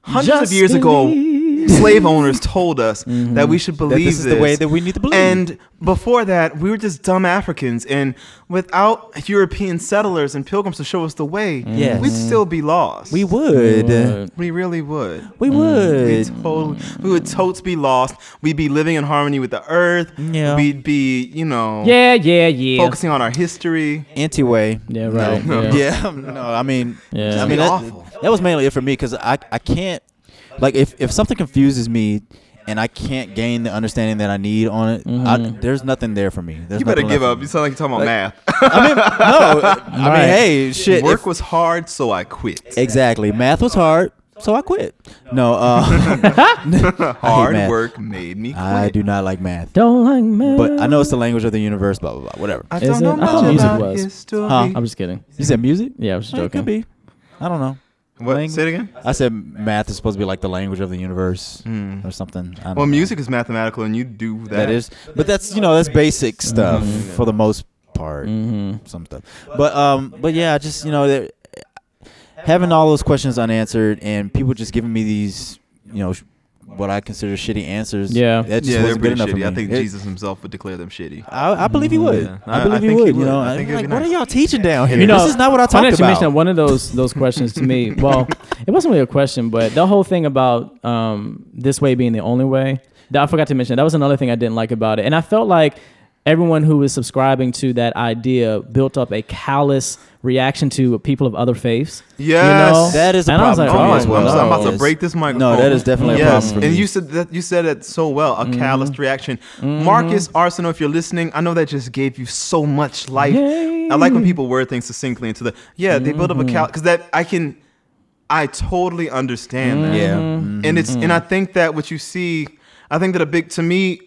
hundreds Just of years believe. ago, slave owners told us that we should believe this is the way Mm-hmm. that we need to believe. And before that, we were just dumb Africans, and without European settlers and pilgrims to show us the way, Yes. we'd still be lost. we would. But- We really would. We Mm. would. We'd totally, we would totes be lost. We'd be living in harmony with the earth. Yeah. We'd be, you know, Oh. yeah yeah yeah focusing on our history. Anti-way. yeah *laughs* right No, yeah. Yeah, no, I mean, Yeah. Just I be mean, that, awful. that was mainly it for me because I, I can't, like, if, if something confuses me and I can't gain the understanding that I need on it, I, Mm-hmm. there's nothing there for me. There's You better nothing give left up. for You *laughs* me. sound like you're talking about math. I *laughs* mean, no, I mean, Right. hey, shit. Work if- was hard, so I quit. *laughs* exactly. Math was hard, so I quit. No, *laughs* uh, Hard math. work made me quit. I do not like math, don't like me but I know it's the language of the universe. Blah blah blah. Whatever. I Is don't know it? I much thought music about was. history. Huh? i'm just kidding You said music? yeah i was just It joking could be. I don't know. What? Langu- Say it again. I said math is supposed to be like the language of the universe or something. I don't Well, know. music is mathematical, and you do Mm. that. that is but that's you know that's basic Mm-hmm. stuff for the most part some stuff but um but yeah I just you know there- having all those questions unanswered and people just giving me these you know sh- what i consider shitty answers Yeah. that just Yeah, they're wasn't good pretty enough for me shitty. I think It- Jesus himself would declare them shitty. I, I believe he would. Yeah. I- I I believe he think he would. You would. know, I I think think it would like, be what are nice. y'all teaching down here? Mm-hmm. You know, this is not what I Funny talked that you mentioned that. about. one of *laughs* those those questions to me. Well, it wasn't really a question, but the whole thing about um, this way being the only way. That I forgot to mention. That was another thing I didn't like about it, and I felt like everyone who was subscribing to that idea built up a callous reaction to people of other faiths. Yes. That is a and I was problem like, for me Oh, oh, as well. I'm, I'm sorry, I'm about to no. break this microphone. that is definitely a problem for and me. Mm-hmm. you said that you said it so well. A calloused reaction. Marcus Arsenal, if you're listening, I know that just gave you so much life. Yay. I like when people word things succinctly into the yeah. They build Mm-hmm. up a cal because that I can, I totally understand that. Yeah. and it's and I Mm-hmm. think that what you see, I think that a big to me,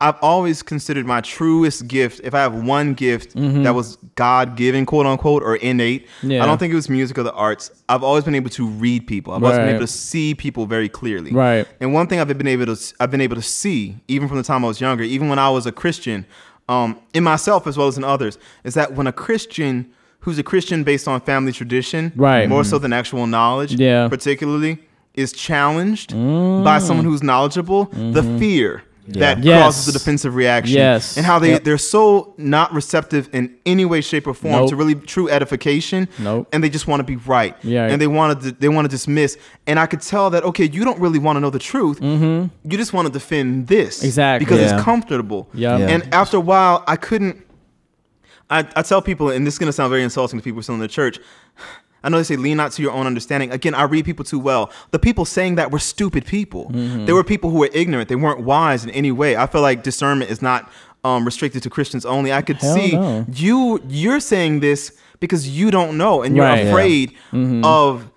I've always considered my truest gift. If I have one gift that was God given, quote unquote, or innate, Mm-hmm. Yeah. I don't think it was music or the arts. I've always been able to read people. I've always been Right. able to see people very clearly. Right. And one thing I've been able to I've been able to see even from the time I was younger, even when I was a Christian, um, in myself as well as in others, is that when a Christian who's a Christian based on family tradition, Right. more so than actual knowledge, Mm. Yeah. Mm. particularly is challenged by someone who's knowledgeable, the fear that Mm-hmm. Yes. causes the defensive reaction. Yes. And how they, Yep. they're so not receptive in any way, shape, or form to Nope. really true edification. Nope. And they just want to be right. Yeah. And they want to they want to dismiss. And I could tell that, okay, you don't really want to know the truth. Mm-hmm. You just want to defend this. Exactly. Because Yeah. it's comfortable. Yeah. Yeah. And after a while, I couldn't I, I tell people, and this is gonna sound very insulting to people who are still in the church. I know they say lean not to your own understanding. Again, I read people too well. The people saying that were stupid people. Mm-hmm. They were people who were ignorant. They weren't wise in any way. I feel like discernment is not um, restricted to Christians only. I could Hell see no. you you're saying this because you don't know and you're Right. afraid of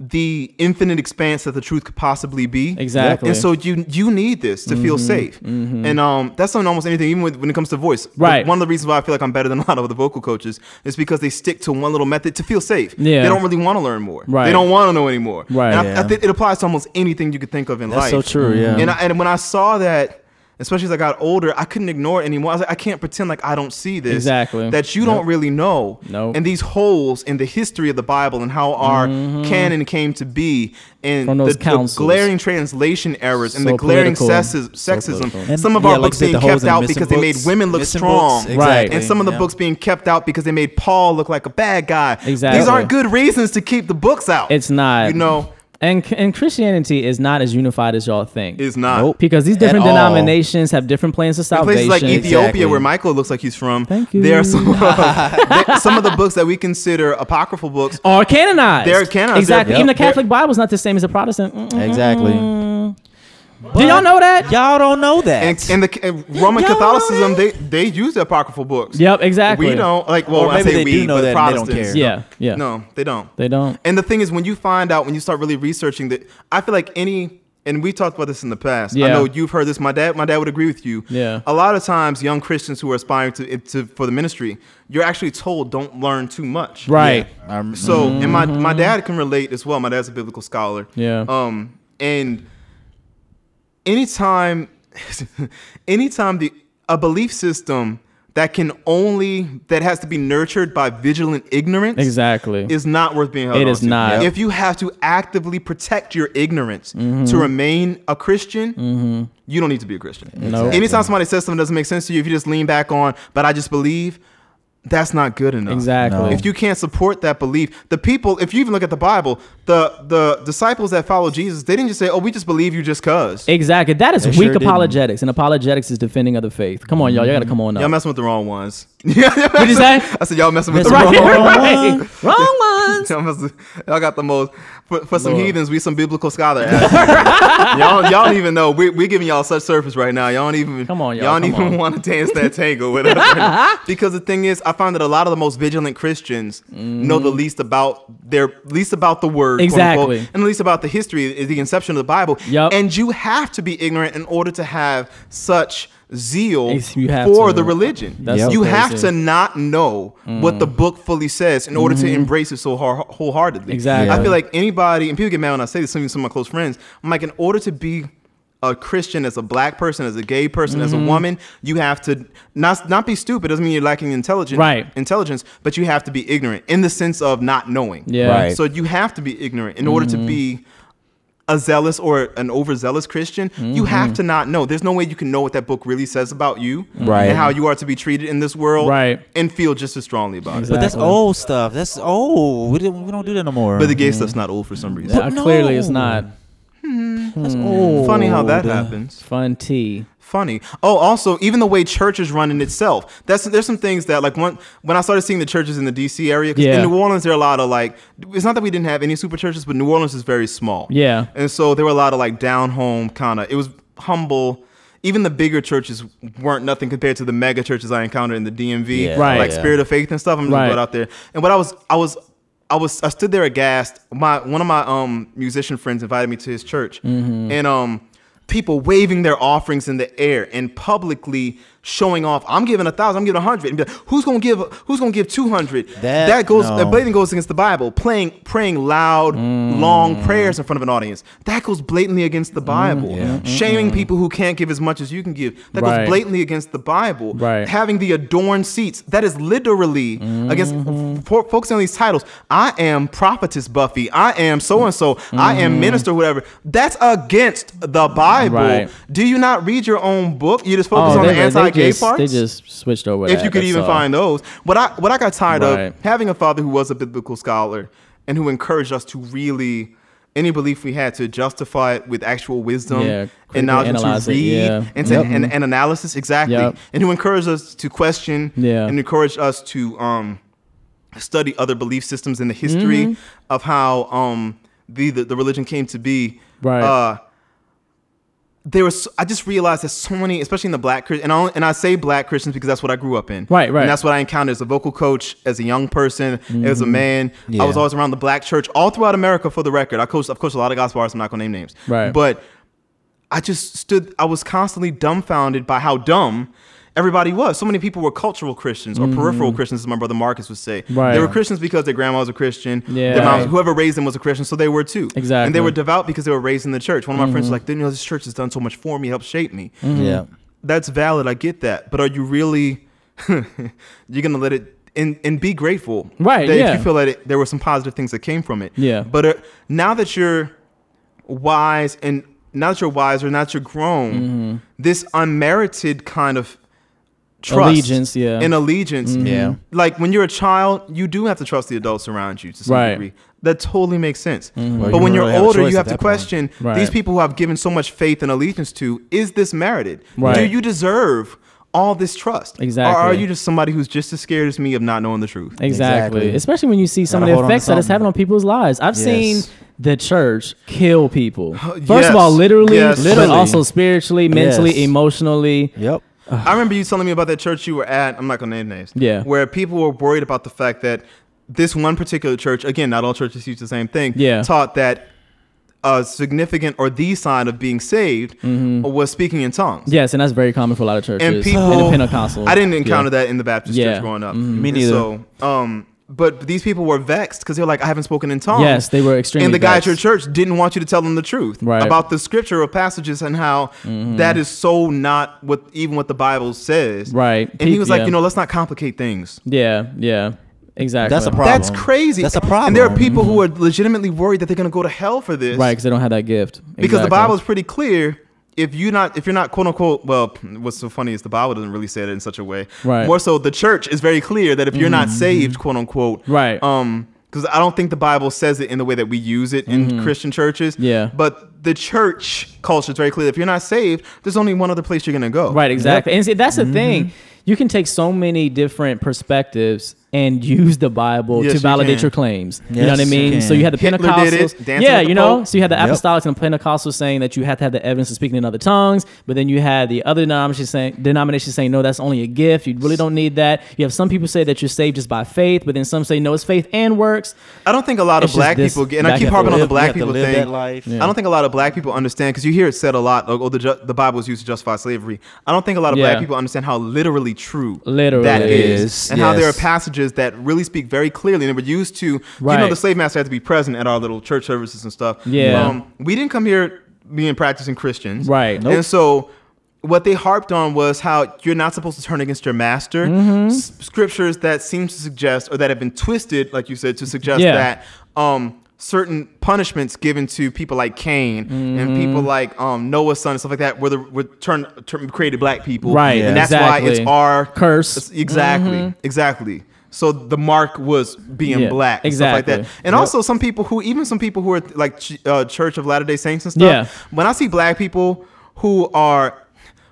the infinite expanse that the truth could possibly be. Exactly. And so you you need this to feel Mm-hmm. safe. And um, that's on almost anything, even with, when it comes to voice. Like, Right. One of the reasons why I feel like I'm better than a lot of the vocal coaches is because they stick to one little method to feel safe. Yeah. They don't really want to learn more. Right. They don't want to know anymore. Right. And I, I Yeah. think it applies to almost anything you could think of in That's so life. true, Mm-hmm. yeah. And, I, and when I saw that. Especially as I got older, I couldn't ignore it anymore. I was like, I can't pretend like I don't see this. Exactly. That you don't really know. Nope. And these holes in the history of the Bible and how our Mm-hmm. canon came to be and From those the, the councils. glaring translation errors and So the glaring political. sexis- sexism. political. And- some of yeah, our like books you said, the being holes in kept out missing because they made books. women look Missing strong. books, Right. And some of the yeah. books being kept out because they made Paul look like a bad guy. Exactly. These aren't good reasons to keep the books out. It's not. You know, And and Christianity is not as unified as y'all think. it's not. Nope. because these At different all. denominations have different plans of salvation. Places like Ethiopia, Exactly. where Michael looks like he's from, Thank you. there are some, there- some of the books that we consider apocryphal books Are canonized. They're canonized. Exactly. Yep. Even the They're- Catholic Bible's not the same as the Protestant. Mm-mm. Exactly. Do y'all know that? Y'all don't know that. and, and the and Y'all Roman know Catholicism, that? they they use the apocryphal books. Yep. Exactly. We don't like. Well, Or I maybe say they we, do know but that and they don't Protestants. care. Yeah. Yeah. No, they don't. They don't. And the thing is, when you find out, when you start really researching that, I feel like any, and we talked about this in the past. Yeah. I know you've heard this. My dad, my dad would agree with you. Yeah. A lot of times, young Christians who are aspiring to, to for the ministry, you're actually told don't learn too much. Right. I'm- So, and my my dad can relate as well. My dad's a biblical scholar. Mm-hmm. Yeah. Um, and anytime, *laughs* anytime the a belief system that can only that has to be nurtured by vigilant ignorance Exactly. is not worth being held It on is to. not. If you have to actively protect your ignorance to Mm-hmm. remain a Christian, you don't need to be a Christian. Nope. Anytime somebody says something that doesn't make sense to you, if you just lean back on, but I just believe, that's not good enough. Exactly. No. If you can't support that belief, the people, if you even look at the Bible, the the disciples that follow Jesus, they didn't just say, Oh, we just believe you just cause. Exactly. That is They weak sure didn't. apologetics, and apologetics is defending of the faith. Come on, y'all. Y'all gotta come on Y'all up. messing with the wrong ones. uh, *laughs* what you say? I said y'all messing with the Right, wrong *laughs* right. ones. Wrong ones. *laughs* Y'all must- y'all got the most. For, for some Lord. heathens, we some *laughs* biblical scholar. ass. y'all, y'all don't even know. We, we're giving y'all such service right now. Y'all don't even. Come on, y'all, don't come even on. want to dance *laughs* that tango with us. right now. because the thing is, I find that a lot of the most vigilant Christians know the least about their least about the word, quote, unquote, Mm-hmm. Exactly. and the least about the history, is the inception of the Bible. Yup. And you have to be ignorant in order to have such zeal It's- you have for to. the religion. That's so you have crazy. to not know what the book fully says in order to embrace it so har- wholeheartedly. Mm-hmm. Exactly. I feel like anybody, and people get mad when I say this, some some of my close friends, I'm like, in order to be a Christian as a black person, as a gay person, as a Mm-hmm. woman, you have to not not be stupid. Doesn't mean you're lacking intelligence, Right. intelligence, but you have to be ignorant in the sense of not knowing. Yeah. Right. Mm-hmm. So you have to be ignorant in order to be a zealous or an overzealous Christian, you have to not know. There's no way you can know what that book really says about you Right. and how you are to be treated in this world Right. and feel just as strongly about Exactly. it. But that's old stuff. That's old. We, didn't, we don't do that no more. But the gay stuff's not old for some reason. Yeah, Clearly, it's not Mm-hmm. that's old. Mm-hmm. Funny how that happens. fun tea. Funny. Oh, also, even the way church is running itself. That's there's some things that like when when I started seeing the churches in the D.C. area, 'cause Yeah. in New Orleans there are a lot of like. It's not that we didn't have any super churches, but New Orleans is very small. Yeah. And so there were a lot of like down home kind of. It was humble. Even the bigger churches weren't nothing compared to the mega churches I encountered in the DMV, Yeah. Right. Like Yeah. Spirit of Faith and stuff. I'm just Right. going out there. And what I was, I was, I was, I stood there aghast. My one of my um musician friends invited me to his church, and um people waving their offerings in the air and publicly showing off. I'm giving a thousand. I'm giving a hundred. And be like, who's gonna give? Who's gonna give two hundred? That- goes. no. That blatantly goes against the Bible. Playing, praying loud, Mm. long prayers in front of an audience. That goes blatantly against the Bible. Yeah. Shaming people who can't give as much as you can give. That Right. goes blatantly against the Bible. Right. Having the adorned seats. That is literally against Mm-hmm. for, focusing on these titles. I am prophetess Buffy. I am so and so. I Mm-hmm. am minister whatever. That's against the Bible. Right. Do you not read your own book? You just focus on Oh, they, the they- they anti-gay just, parts They just switched over. if that, you could that's even all. find those. What I what I got tired Right. of having a father who was a biblical scholar and who encouraged us to really any belief we had to justify it with actual wisdom Yeah, critically and knowledge and analyze to it, read yeah. and, to, and, and analysis exactly, Yep. and who encouraged us to question Yeah. and encouraged us to um, study other belief systems in the history Mm-hmm. of how um, the, the the religion came to be. Right. Uh, there was I just realized there's so many, especially in the black Christian, and I only, and I say black Christians because that's what I grew up in. Right, right. And that's what I encountered as a vocal coach, as a young person, as a Mm-hmm. man. Yeah. I was always around the black church all throughout America. For the record, I coached, I've coached a lot of gospel artists. I'm not gonna name names. Right. But I just stood. I was constantly dumbfounded by how dumb. Everybody was. So many people were cultural Christians or peripheral Christians, as my brother Marcus would say. Mm-hmm. Right. They were Christians because their grandma was a Christian. Yeah. Their mom, Right. whoever raised them was a Christian, so they were too. And Exactly. Mm-hmm. they were devout because they were raised in the church. One of my friends was like, "Then, you know, this church has done so much for me, it helped shape me. Yeah. Mm-hmm. That's valid. I get that. But are you really? *laughs* you're gonna let it and and be grateful, Right, That yeah. If you feel that it, there were some positive things that came from it, Yeah. But uh, now that you're wise and now that you're wiser, now that you're grown, Mm-hmm. this unmerited kind of trust Allegiance, yeah. Mm-hmm. and allegiance, Yeah. Like when you're a child, you do have to trust the adults around you to some Right. degree. That totally makes sense. Mm-hmm. Well, but you when really you're have a older, choice you at have to that point. question Right. these people who have given so much faith and allegiance to: Is this merited? Right. Do you deserve all this trust? Or are Exactly. you just somebody who's just as scared as me of not knowing the truth? Exactly. Exactly. Especially when you see some of the Gotta hold on to effects that it's something. having on people's lives. I've seen Yes. the church kill *gasps* people. First yes. of all, literally, Yes. but Literally. also spiritually, mentally, Yes. emotionally. Yep. I remember you telling me about that church you were at. I'm not gonna name names. Yeah. Where people were worried about the fact that this one particular church, again, not all churches teach the same thing. Yeah. Taught that a significant or the sign of being saved Mm-hmm. was speaking in tongues. Yes, and that's very common for a lot of churches. And people- the Pentecostal. I didn't encounter Yeah. that in the Baptist Yeah. Mm-hmm. church growing up. Me And neither. So, um, but these people were vexed because they're like, I haven't spoken in tongues. Yes, they were extremely And the guy at your vexed. church didn't want you to tell them the truth Right. Mm-hmm. about the scripture or passages and how that is so not what even what the Bible says. Right. And he was like, Yeah. you know, let's not complicate things. Yeah, yeah. Exactly. That's a problem. That's crazy. That's a problem. Mm-hmm. And there are people who are legitimately worried that they're going to go to hell for this Right, because they don't have that gift. because the Exactly. Bible is pretty clear. If you not, if you're not quote unquote, well, what's so funny is the Bible doesn't really say it in such a way. Right. Mm-hmm. More so, the church is very clear that if you're not saved, quote unquote, Right. Um, because I don't think the Bible says it in the way that we use it in Christian churches. Mm-hmm. Yeah. But the church culture is very clear. If you're not saved, there's only one other place you're gonna go. Right, exactly. And see, that's the Mm-hmm. thing. You can take so many different perspectives and use the Bible Yes, to you validate can. your claims. you know what I Yes, you mean? can. So you had the Hitler did it, Pentecostals. dancing yeah, with the you know? Pope. So you had the Yep. Apostolics and Pentecostals saying that you had to have the evidence of speaking in other tongues, but then you had the other denominations saying, denominations saying, no, that's only a gift. You really don't need that. You have some people say that you're saved just by faith, but then some say, no, it's faith and works. I don't think a lot of It's just black this- people get, and I that you keep have to harping on the live- you black have to people live thing. that life. Yeah. I don't think a lot of black people understand because you hear it said a lot. Like, oh, the, ju- the Bible was used to justify slavery. I don't think a lot of Yeah. black people understand how literally true Literally. that It is, is, and how there are yes. passages that really speak very clearly. And they were used to, you know, Right. the slave master had to be present at our little church services and stuff. Um, Yeah. we didn't come here being practicing Christians, Right. Nope. And so. What they harped on was how you're not supposed to turn against your master. Mm-hmm. S- scriptures that seem to suggest, or that have been twisted, like you said, to suggest Yeah. that um, certain punishments given to people like Cain and Mm-hmm. people like um, Noah's son and stuff like that were, the, were turned, turned created black people, Right, And that's why it's exactly. our Curse. Mm-hmm. It's- Exactly, exactly. So the mark was being Yeah, black, and stuff like exactly. that. And Yep. also some people who, even some people who are like ch- uh, Church of Latter Day Saints and stuff. Yeah. When I see black people who are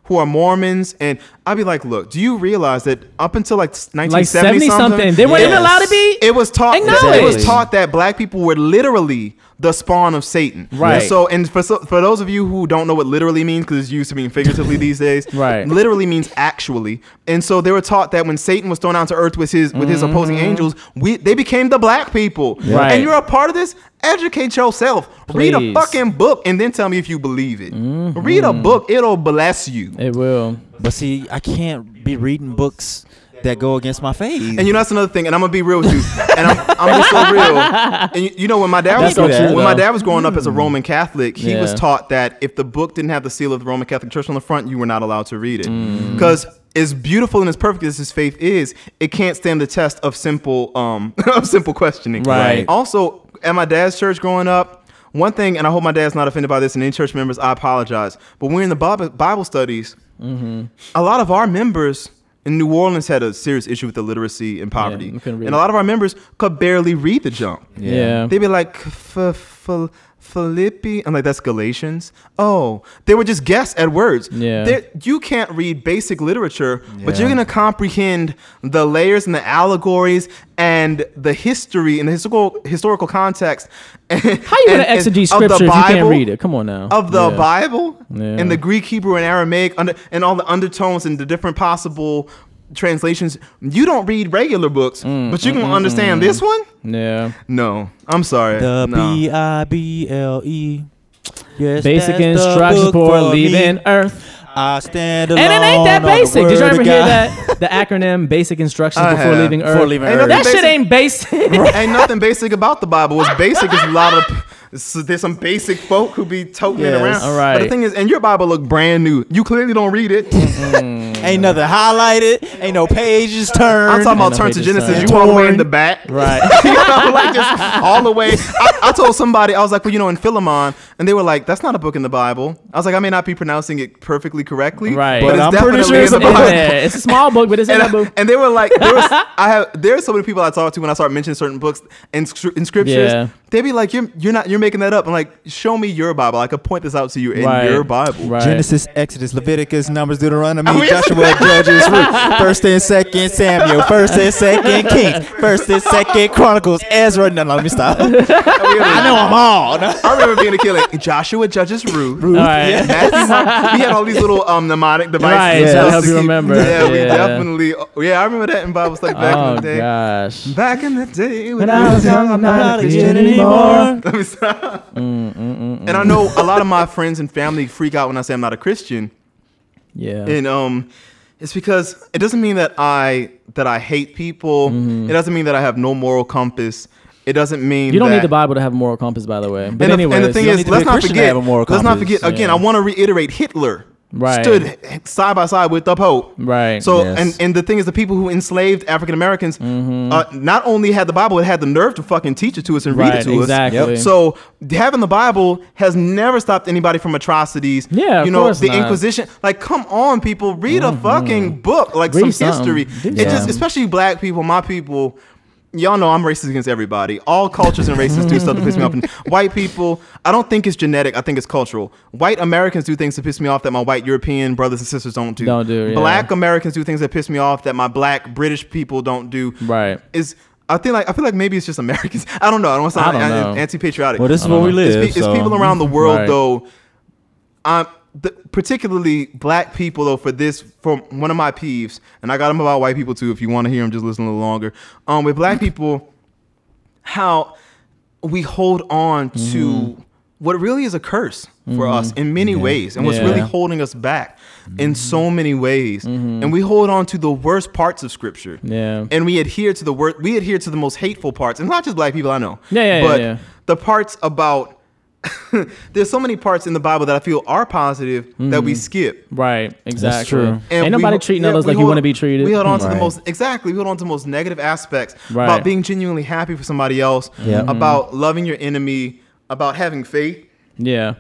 who are Mormons, and I'd be like, look, do you realize that up until like 1970 Like 70 something. They weren't even Yes. allowed to be. it was taught. Acknowledged. It was taught that black people were literally the spawn of Satan. Right. And so, and for so, for those of you who don't know what literally means, because it's used to *laughs* mean figuratively these days. Right. Literally means actually. And so they were taught that when Satan was thrown out to earth with his with his opposing angels, we they became the black people. Mm-hmm. Right. And you're a part of this. Educate yourself. Read a Please. Mm. fucking book and then tell me if you believe it. Read a book. It'll bless you. It will. But see, I can't be reading books that go against my faith. And you know that's another thing, and I'm gonna be real with you, and I'm, I'm just so real. And you, you know when my dad That's was so true, when my though. dad was growing up as a Roman Catholic, he was Yeah. taught that if the book didn't have the seal of the Roman Catholic Church on the front, you were not allowed to read Mm. it. Because as beautiful and as perfect as his faith is, it can't stand the test of simple um *laughs* of simple questioning. Right. Also, at my dad's church growing up. One thing, and I hope my dad's not offended by this, and any church members, I apologize. But we're in the Bible Bible studies a lot of our members in New Orleans had a serious issue with illiteracy and poverty, we couldn't and read a it. lot of our members could barely read the jump. Yeah. They'd be like, "F- f- Phil- Philippi. I'm like, that's Galatians. Oh, they were just guess at words. Yeah. They're- you can't read basic literature, but Yeah. you're gonna comprehend the layers and the allegories and the history and the historical historical context. How you How you gonna exegete scripture if you can't read it? Come on now. of the Yeah. Bible Yeah. and the Greek, Hebrew, and Aramaic, under, and all the undertones and the different possible translations. You don't read regular books, Mm, but you can understand this one. Yeah. No, I'm sorry. The no. B I B L E. Yes, Basic that's the instructions book for me. leaving Earth. I stand alone. And it ain't that on the basic. Did you word ever of hear God. that? The acronym Basic Instructions I Before have. Leaving Earth. Before leaving Ain't Earth. That shit Basic- ain't *laughs* basic. Ain't nothing basic about the Bible. What's basic is a lot of so there's some basic folk who be toting Yes. it around. All But right. the thing is, and your Bible look brand new. You clearly don't read it. Mm. Ain't nothing highlighted. Ain't no pages turned. I'm talking about no turn to pages Genesis. signed. You all the way in Torn. the back. Right. *laughs* you know, like just all the way. I, I told somebody, I was like, well, you know, in Philemon, and they were like, that's not a book in the Bible. I was like, I may not be pronouncing it perfectly correctly, Right. But, But it's I'm definitely pretty sure in it's the in Bible. Yeah, it's a small book, but it's in And, that I- book. and they were like, there was, I have, there are so many people I talk to when I start mentioning certain books and scr- and scriptures. Yeah. They'd be like, you're, you're not, you're making that up. I'm like, show me your Bible. I could point this out to you *laughs* in Right. your Bible. Right. Genesis, Exodus, Leviticus, Numbers, Deuteronomy, Oh, yeah. Joshua, Judges, Ruth, First and Second Samuel, First and Second Kings, First and Second Chronicles, Ezra. No, no, let me stop. I know I'm all. *laughs* No. I remember being a kid, like Joshua judges Ruth. All *laughs* right. Yeah. Matthew, Mark- *laughs* we had all these little um, mnemonic devices. Right, just to to help you keep- remember. Yeah, we Yeah. definitely. Yeah, I remember that in Bible study back oh in the day. gosh. Back in the day when, When I was young, I'm not a Christian anymore. Let me stop. And I know a lot of my friends and family freak out when I say I'm not a Christian, Yeah. and um, it's because it doesn't mean that I that I hate people. It doesn't mean that I have no moral compass. It doesn't mean you don't that need the Bible to have a moral compass, by the way. But and, the- anyway, and the thing you don't is, need to let's be a not Christian to forget. have a moral Let's not compass. forget. Again, Yeah. I want to reiterate. Hitler Right. stood h- side by side with the Pope. Right. So, Yes. and and the thing is, the people who enslaved African Americans uh, not only had the Bible, it had the nerve to fucking teach it to us and read Right, it to us. exactly. Yep. So, having the Bible has never stopped anybody from atrocities. Yeah, of you know course the not. Mm-hmm. Inquisition. Like, come on, people, read a fucking book, like Read some something. history. Do It just, something. especially black people, my people. Y'all know I'm racist against everybody. All cultures and races do stuff to piss me *laughs* off. And white people, I don't think it's genetic. I think it's cultural. White Americans do things to piss me off that my white European brothers and sisters don't do. Don't do, yeah. Black Americans do things that piss me off that my black British people don't do. Right. Is I think like I feel like maybe it's just Americans. *laughs* I don't know. I don't want to I sound don't know. anti patriotic. Well, this is where we live. It's, pe- it's so- people *laughs* around the world Right. though. Um, the, particularly black people though. For this, for one of my peeves, and I got them about white people too. If you want to hear them, just listen a little longer. Um, with black people, how we hold on to what really is a curse Mm-hmm. for us in many ways, and what's really Mm-hmm. Yeah. holding us back Mm-hmm. in so many ways, and we hold on to the worst parts of Scripture Yeah. and we adhere to the word we adhere to the most hateful parts and not just black people i know Yeah, yeah, yeah, but yeah. the parts about *laughs* there's so many parts in the bible that i feel are positive that we skip Right, exactly. true. Mm-hmm. Ain't we nobody hol- treating yeah, others we like you hold- want to be treated. We hold on to the Right. most exactly. We hold on to the most negative aspects about Right. Mm-hmm. being genuinely happy for somebody else, Yeah. Mhm. about loving your enemy, about having faith. *laughs* yeah.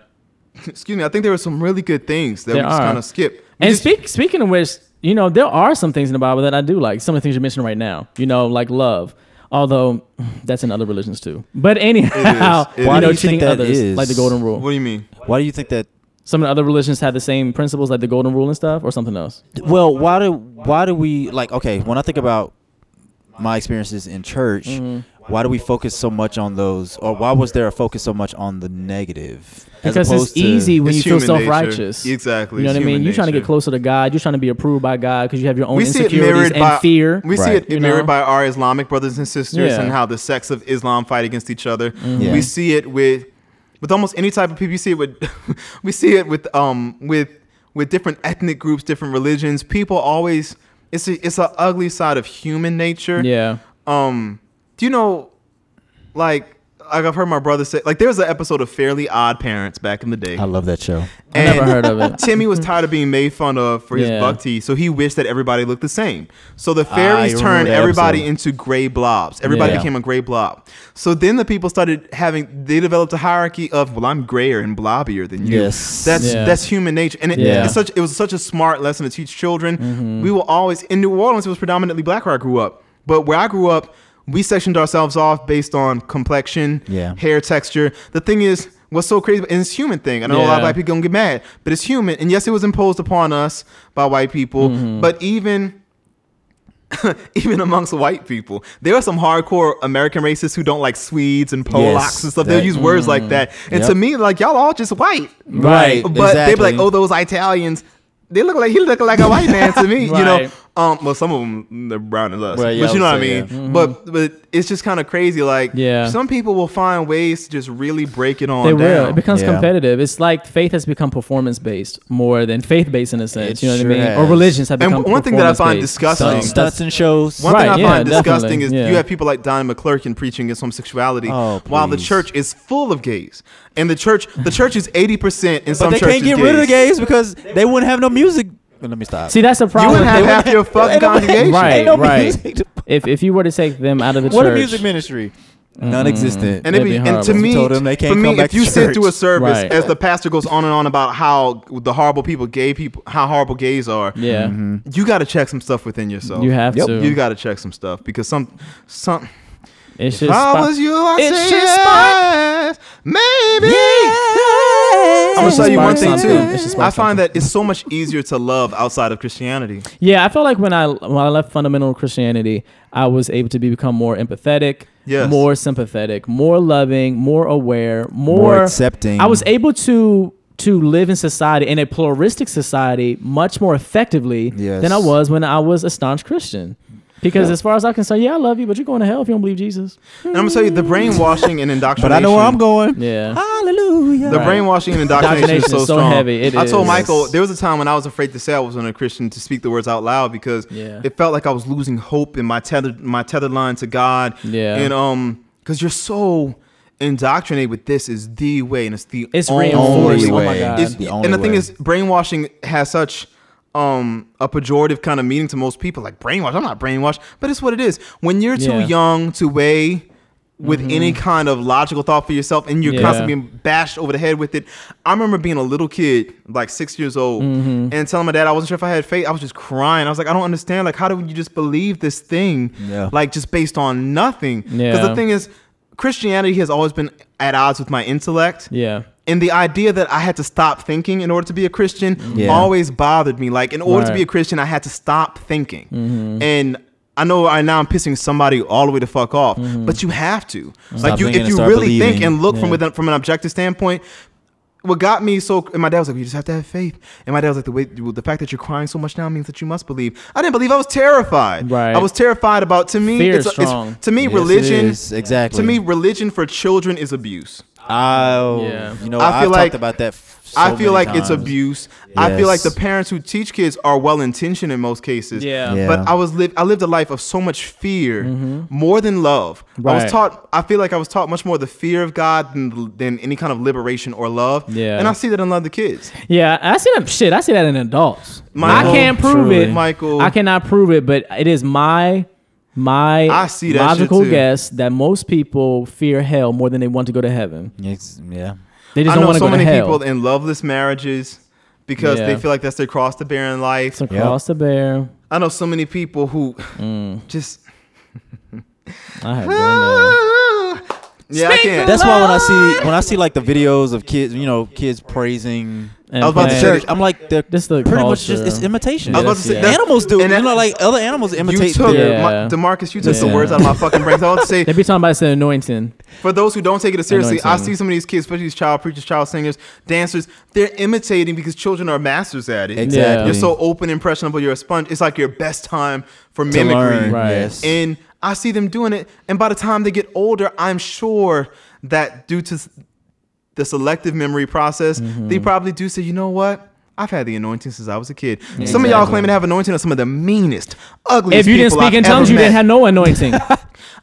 Excuse me. I think there were some really good things that There we just are. kind of skip. We And just- speak, speaking of which, you know, there are some things in the Bible that I do like. Some of the things you mentioned right now, you know, like love. Although *sighs* that's in other religions too. But anyhow, *laughs* It you is. know, Why do you treating think that others is? like the golden rule. what do you mean? Why do you think that? some of the other religions have the same principles like the golden rule and stuff or something else Well, why do why do we like? Okay, when I think about my experiences in church, why do we focus so much on those, or why was there a focus so much on the negative? as because opposed it's to- easy when It's you feel human nature. self-righteous Exactly, you know it's what i mean human you're trying to get nature. closer to god you're trying to be approved by god because you have your own we see it insecurities mirrored and by fear We see Right. it You mirrored know? by our Islamic brothers and sisters Yeah. Mm-hmm. and how the sects of Islam fight against each other. Yeah. We see it with with almost any type of people. You see it with *laughs* we see it with um with with different ethnic groups, different religions. People always it's a, it's a ugly side of human nature. yeah Um, do you know, like. Like I've heard my brother say, like there was an episode of Fairly Odd Parents back in the day. I love that show. i never heard of it *laughs* Timmy was tired of being made fun of for his Yeah. buck teeth, so he wished that everybody looked the same. So the I fairies Ah, remember turned that everybody episode. into gray blobs. Everybody Yeah. became a gray blob. So then the people started having they developed a hierarchy of well, I'm grayer and blobbier than you. Yes. That's Yeah. that's human nature. And it, Yeah. it's such it was such a smart lesson Mm-hmm. to teach children. We will always in New Orleans it was predominantly black where I grew up. But where I grew up we sectioned ourselves off based on complexion, Yeah. hair texture. The thing is, what's so crazy, and it's human thing. I know a lot of Yeah. black people gonna get mad, but it's human. And yes, it was imposed upon us by white people, Mm-hmm. but even *laughs* even amongst white people, there are some hardcore American racists who don't like Swedes and Polacks Yes, and stuff. They'll that- mm-hmm. use words like that. And to Yep. me, like y'all all just white, Right, But they be like, exactly. oh, those Italians. They look like he look like a white man *laughs* to me, you know. Right. Um, well, some of them they're brown as us, Right, yeah, Mm-hmm. I but you know what I would say, mean. But but it's just kind of crazy. Like, Yeah. some people will find ways to just really break it on. They down. will. It becomes Yeah. competitive. It's like faith has become performance based more than faith based in a sense. It you know sure what I mean? Or has. religions have And become. one thing that I find performance-based. disgusting- So Stunts, stunts and shows. One thing I Right, yeah, find disgusting definitely, is yeah. you have people like Don McClurkin preaching against homosexuality, Oh, while the please. church is full of gays, and the church the church is eighty percent in But some they churches. can't get rid of the gays because they wouldn't have no music. Let me stop. See, that's the You problem. wouldn't have They- half your fucking Ain't no- congregation. Right. ain't no music to- if if you were to take them out of the What church, a music ministry. Non-existent. And, That'd it be, be and to horrible. me, Told them they can't for me, come back if to you sit church. through a service Right. as the pastor goes on and on about how the horrible people, gay people, how horrible gays are, yeah, Mm-hmm. you got to check some stuff within yourself. you have Yep. to. You got to check some stuff because some some. it's If just I spot- was you, I It's say just yes, maybe. I'm gonna It's tell you one spark thing something. It's just too. spark I find that it's so much easier to love outside of Christianity. Yeah, I felt like when I when I left fundamental Christianity, I was able to be, become more empathetic, Yes. more sympathetic, more loving, more aware, more, accepting. I was able to to live in society in a pluralistic society much more effectively Yes. than I was when I was a staunch Christian. Because as far as I'm concerned, yeah, I love you, but you're going to hell if you don't believe Jesus. And I'm gonna tell you the brainwashing and Hmm. But indoctrination. I know where I'm going. Yeah. Hallelujah. The Right. brainwashing and indoctrination is Indoctrination so, is so strong. heavy. It I told is. Michael there was a time when I was afraid to say I was on a Christian to speak the words out loud because Yeah. it felt like I was losing hope in my tethered my tethered line to God. Yeah. and um, because you're so indoctrinated with this is the way and it's the It's only reinforced. Oh my way. God. It's- The and only the thing way. is, brainwashing has such um a pejorative kind of meaning to most people. Like brainwash, I'm not brainwashed, but it's what it is. When you're too Yeah. Mm-hmm. young to weigh. With any kind of logical thought for yourself, and you're Yeah. constantly being bashed over the head with it. I remember being a little kid, like six years old, and telling my dad I wasn't sure if I had faith. I was just crying. I was like, I don't understand. Like, how do you just believe this thing? Yeah. Like, just based on nothing. Because the Yeah. thing is, Christianity has always been at odds with my intellect. Yeah. And the idea that I had to stop thinking in order to be a Christian Yeah. always bothered me. Like, in order to Right. be a Christian, I had to stop thinking. Mm-hmm. And I know right now I'm pissing somebody all the way the fuck off, but you have to. like, you, Mm-hmm. thinking if and you start really think believing. and look from Yeah. within, from an objective standpoint, what got me so, and my dad was like, "You just have to have faith." And my dad was like, "The way, well, the fact that you're crying so much now means that you must believe." I didn't believe. I was terrified. Right. I was terrified about. To me, Fear it's, is it's- strong. to me, Yes, it religion. is. Exactly. To me, religion for children is abuse. Oh, Yeah. you know, I I feel have like- talked about that. f- so I feel many like it's times. abuse. I feel like the Yes. parents who teach kids are well intentioned in most cases. Yeah. Mm-hmm. Yeah. But I was live I lived a life of so much fear, more than love. I was Right. taught I feel like I was taught much more the fear of God than than any kind of liberation or love. Yeah. And I see that in love the kids. Yeah, I see that shit. I see that in adults. Michael, I can't prove truly. it, Michael. I cannot prove it, but it is my my I see that shit logical too. guess that most people fear hell more than they want to go to heaven. It's- yeah. They just I don't know want to so go many to hell. people in loveless marriages because they Yeah. feel like that's their cross to bear in life. it's across the bear. I know so many people who Mm. just I have been Ah. there. Yeah, I can't. That's why when I see when I see like the videos of kids, you know, kids praising And I was about to playing- say- church, I'm like they're This the pretty much just culture. it's imitation. I was about Yes, to say yeah. that's- animals do, and you that- know, like other animals You imitate. took their- Yeah. my, Demarcus. You took the Yeah. words out of my fucking brains. I want to they say be talking about it's an anointing. for those who don't take it seriously, I Anointing. see some of these kids, especially these child preachers, child singers, dancers. They're imitating because children are masters at it. Exactly. You're so open, impressionable. You're a sponge. It's like your best time for to mimicry. learn. Right. Yes. And I see them doing it. And by the time they get older, I'm sure that due to s- the selective memory process, they probably do say, you know what? I've had the anointing since I was a kid. Some of y'all Exactly. claiming to have anointing are some of the meanest, ugliest. If you didn't people speak I've in ever tongues, you met. didn't have no *laughs* anointing.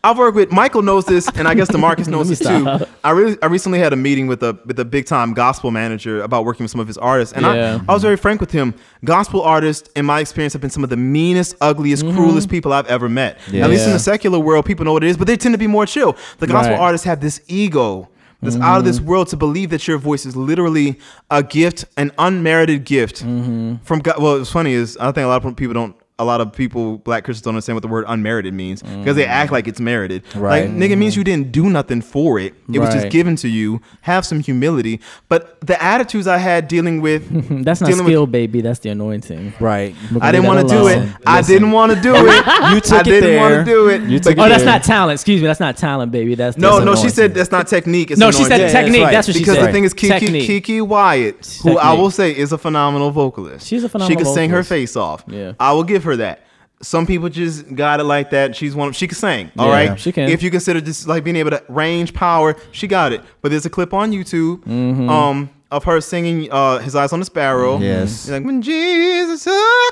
I've worked with Michael knows this, and I guess *laughs* Demarcus knows this Let me too. I really, I recently had a meeting with a with a big time gospel manager about working with some of his artists, and Yeah. I, I was very frank with him. Gospel artists, in my experience, have been some of the meanest, ugliest, cruelest people I've ever met. Yeah. At least Mm-hmm. in Yeah. the secular world, people know what it is, but they tend to be more chill. The gospel Right. Mm-hmm. artists have this ego. That's out of this world to believe that your voice is literally a gift, an unmerited gift from God. Well, what's funny is I think a lot of people don't a lot of people, black Christians, don't understand what the word unmerited means because they act like it's merited. Like, Right. Mm-hmm. nigga, it means you didn't do nothing for it. It was just Right. given to you. Have some humility. But the attitudes I had *laughs* dealing with, That's not Dealing with- skill, baby. That's the anointing. *laughs* Right. I didn't Leave want that to do it. alone. I Listen. didn't want to do it. *laughs* You took I it didn't want there. to do it. You took but- it Oh, that's there. not talent. Excuse me. That's not talent, baby. That's No, that's no, she anointing. said that's not technique. It's No, she said anointing. that's technique. right. That's what she because said. the thing is Kiki Technique. Kiki Wyatt, who I Technique. will say is a phenomenal vocalist. She's a She phenomenal can sing her vocalist. face off. Yeah. I will give her that. Some people just got it like that. She's one. She can sing. all Yeah, right. she can. If you consider just like being able to range power, she got it. But there's a clip on YouTube. Mm-hmm. Um. Of her singing uh, "His Eyes on the Sparrow," Yes. She's like when Jesus will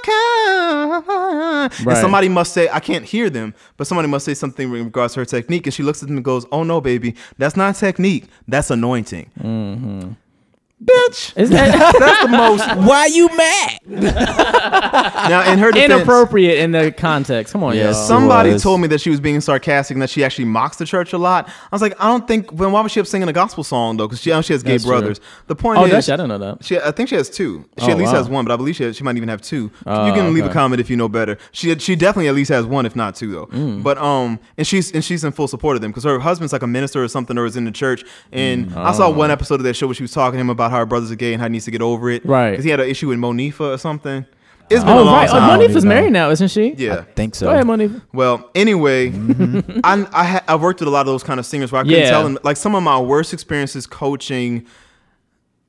come, and Right. somebody must say, I can't hear them, but somebody must say something in regards to her technique, and she looks at them and goes, "Oh no, baby, that's not technique, that's anointing." Mm-hmm. Bitch, Is *laughs* that that's the most. Why you mad? Now, in her defense, inappropriate in the context? Come on, Yeah, y'all. some- Somebody was. told me that she was being sarcastic and that she actually mocks the church a lot. I was like, I don't think. Then why was she up singing a gospel song though? Because she, she has gay That's true. brothers. The point Oh, is, that's I didn't know that. She, I think she has two. She Oh, at least wow. has one, but I believe she, has, she might even have two. you Oh, can leave a okay. comment if you know better. She she definitely at least has one, if not two, though. Mm. But um, and she's and she's in full support of them because her husband's like a minister or something, or is in the church. And Mm. I Oh. saw one episode of that show where she was talking to him about how her brothers are gay and how he needs to get over it, Right. Because he had an issue with Monifa or something. It's been a Oh, long right. Oh, time. Monifa's Even know. married now, isn't she? Yeah. Think so. Go ahead, Monifa. Well, anyway, I, I ha- I've worked with a lot of those kind of singers where I couldn't Mm-hmm. Yeah. tell them. Like some of my worst experiences coaching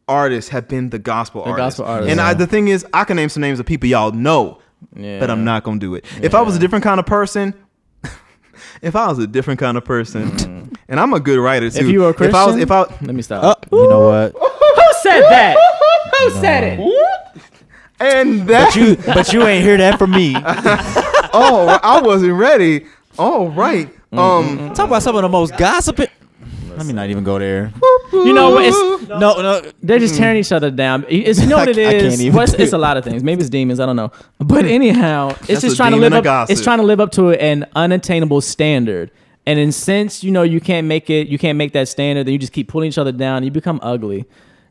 artists have been the gospel artists. gospel artists, And I, yeah. the thing is, I can name some names of people y'all know, Yeah. but I'm not gonna do it. If I was a different kind of person. *laughs* If I was a different kind of person, and I'm a good writer too. Mm. If you were a Christian, if I was, if I, let me stop. Oh, you know what? Who said that? Who said it? and that, But you, but you ain't hear that from me. Talk oh, I wasn't ready. All right, um, about some of the most gossiping. Let me not even go there. You know what? It's, No, no. they're just tearing each other down. It's you know what it I can't is. even Well, it's, do it's a it. lot of things. Maybe it's demons. I don't know. But anyhow, it's That's just a trying to demon live up. of It's gossip. trying to live up to an unattainable standard. And in since you know you can't make it, you can't make that standard. Then you just keep pulling each other down. You become ugly.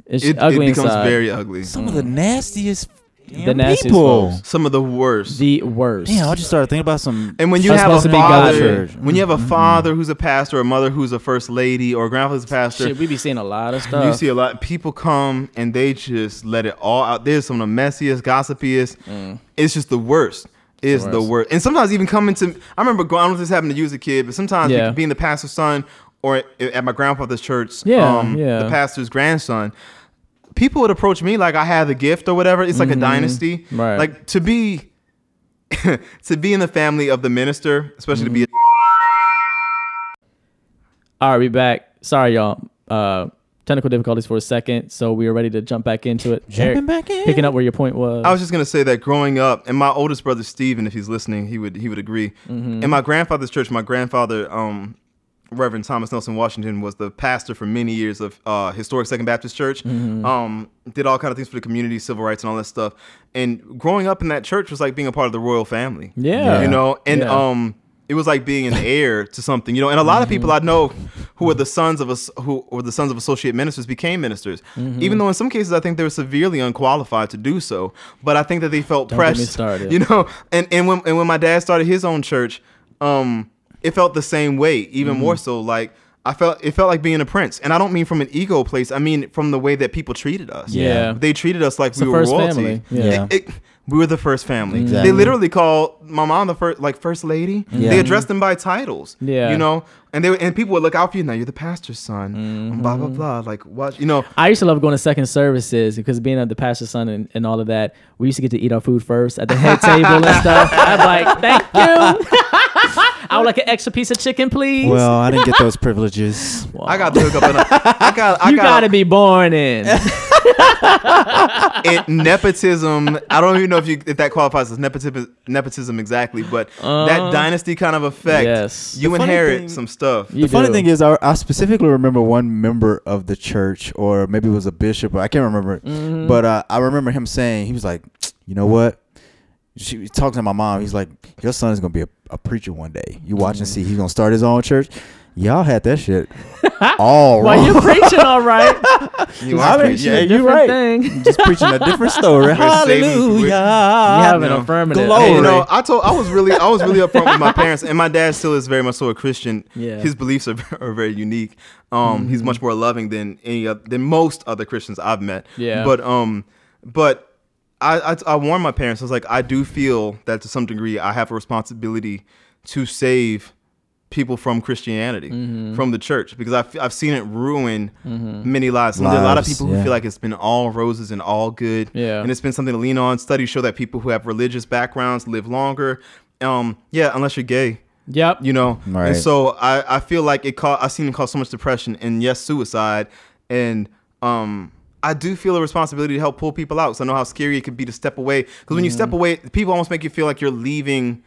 It's it, it ugly becomes inside. very ugly. Some of the nastiest, damn The nastiest people. folks. Some of the worst. the worst. Damn, I just started thinking about some. And when you That's have a supposed to be God's Mm-hmm. father, word. when you have a father who's a pastor, a mother who's a first lady, or a grandfather's a pastor, Shit, we be seeing a lot of you stuff. see a lot people come and they just let it all out. There's some of the messiest, gossipiest. It's just the worst. It's the Mm. worst. worst. And sometimes even coming to, I remember going. I don't know if this happened to you as a kid, but sometimes Yeah. being the pastor's son or a- at my grandfather's church, Yeah, um, yeah. the pastor's grandson. People would approach me like I had the gift or whatever. It's like a dynasty. Mm-hmm. Right. Like to be *laughs* to be in the family of the minister, especially Mm-hmm. to be a All right, we back. Sorry, y'all. Uh, technical difficulties for a second, so we are ready to jump back into it. Jumping back in. picking up where your point was. I was just gonna say that growing up, and my oldest brother Steven, if he's listening, he would he would agree. In my grandfather's church, my grandfather, um, Reverend Thomas Nelson Washington, was the pastor for many years of uh, historic Second Baptist Church. Um, did all kind of things for the community, civil rights, and all that stuff. And growing up in that church was like being a part of the royal family. Yeah. you know, and Yeah. um. It was like being an heir to something, you know. And a lot of people I Mm-hmm. know who were the sons of us, who were the sons of associate ministers, became ministers. Mm-hmm. Even though in some cases I think they were severely unqualified to do so, but I think that they felt Don't get pressed. me started. You know, and and when and when my dad started his own church, um, it felt the same way, even more Mm-hmm. so. Like I felt it felt like being a prince, and I don't mean from an ego place. I mean from the way that people treated us. Yeah. they treated us like the we were first royalty. family. Yeah. Yeah. It- we were the first family. They Exactly. literally called my mom the first, like first lady. They Yeah. addressed them by titles. Yeah. you know, and they would- and people would look out for you. Now you're the pastor's son. Blah blah blah. Like what? You know, I used to love going to second services because being at the pastor's son and, and all of that, we used to get to eat our food first at the *laughs* head table and stuff. I'm like, thank you. *laughs* I would like an extra piece of chicken, please. Well, I didn't get those privileges. I got to hook up. and I I *laughs* got. I you got gotta be born *laughs* in. it, nepotism. I don't even know if you if that qualifies as nepotism nepotism exactly, but that dynasty kind of effect. yes. you The funny inherit thing- some stuff. You the funny do. thing is, I, I specifically remember one member of the church, or maybe it was a bishop, or I can't remember. Mm-hmm. But uh, I remember him saying, he was like, you know what? She was talking to my mom. He's like, your son is going to be a, a preacher one day. You watch and see. He's going to start his own church. Y'all had that *laughs* shit all Well, *laughs* wrong. you're preaching all *laughs* right. You I mean, preaching. yeah, A you different right. Thing. Just preaching *laughs* a different story. We're saving- Hallelujah. we're- You You have an No. affirmative. Glory. Hey, You know, I told I was really I was really upfront *laughs* with my parents, and my dad still is very much so a Christian. Yeah. Mm-hmm. his beliefs are, *laughs* are very unique. Um, he's much more loving than any oth- than most other Christians I've met. Yeah. but um, but. I, I, I warned my parents. I was like, I do feel that to some degree I have a responsibility to save people from Christianity, Mm-hmm. from the church, because I've, I've seen it ruin many lives. And there are a lot of Lives, people who yeah. feel like it's been all roses and all good. Yeah. And it's been something to lean on. Studies show that people who have religious backgrounds live longer. Um, yeah, unless you're gay, Yep. you know. Right. And so I, I feel like it caught I've seen it cause so much depression and yes, suicide. And um I do feel a responsibility to help pull people out. So I know how scary it could be to step away. Because when you step away, people almost make you feel like you're leaving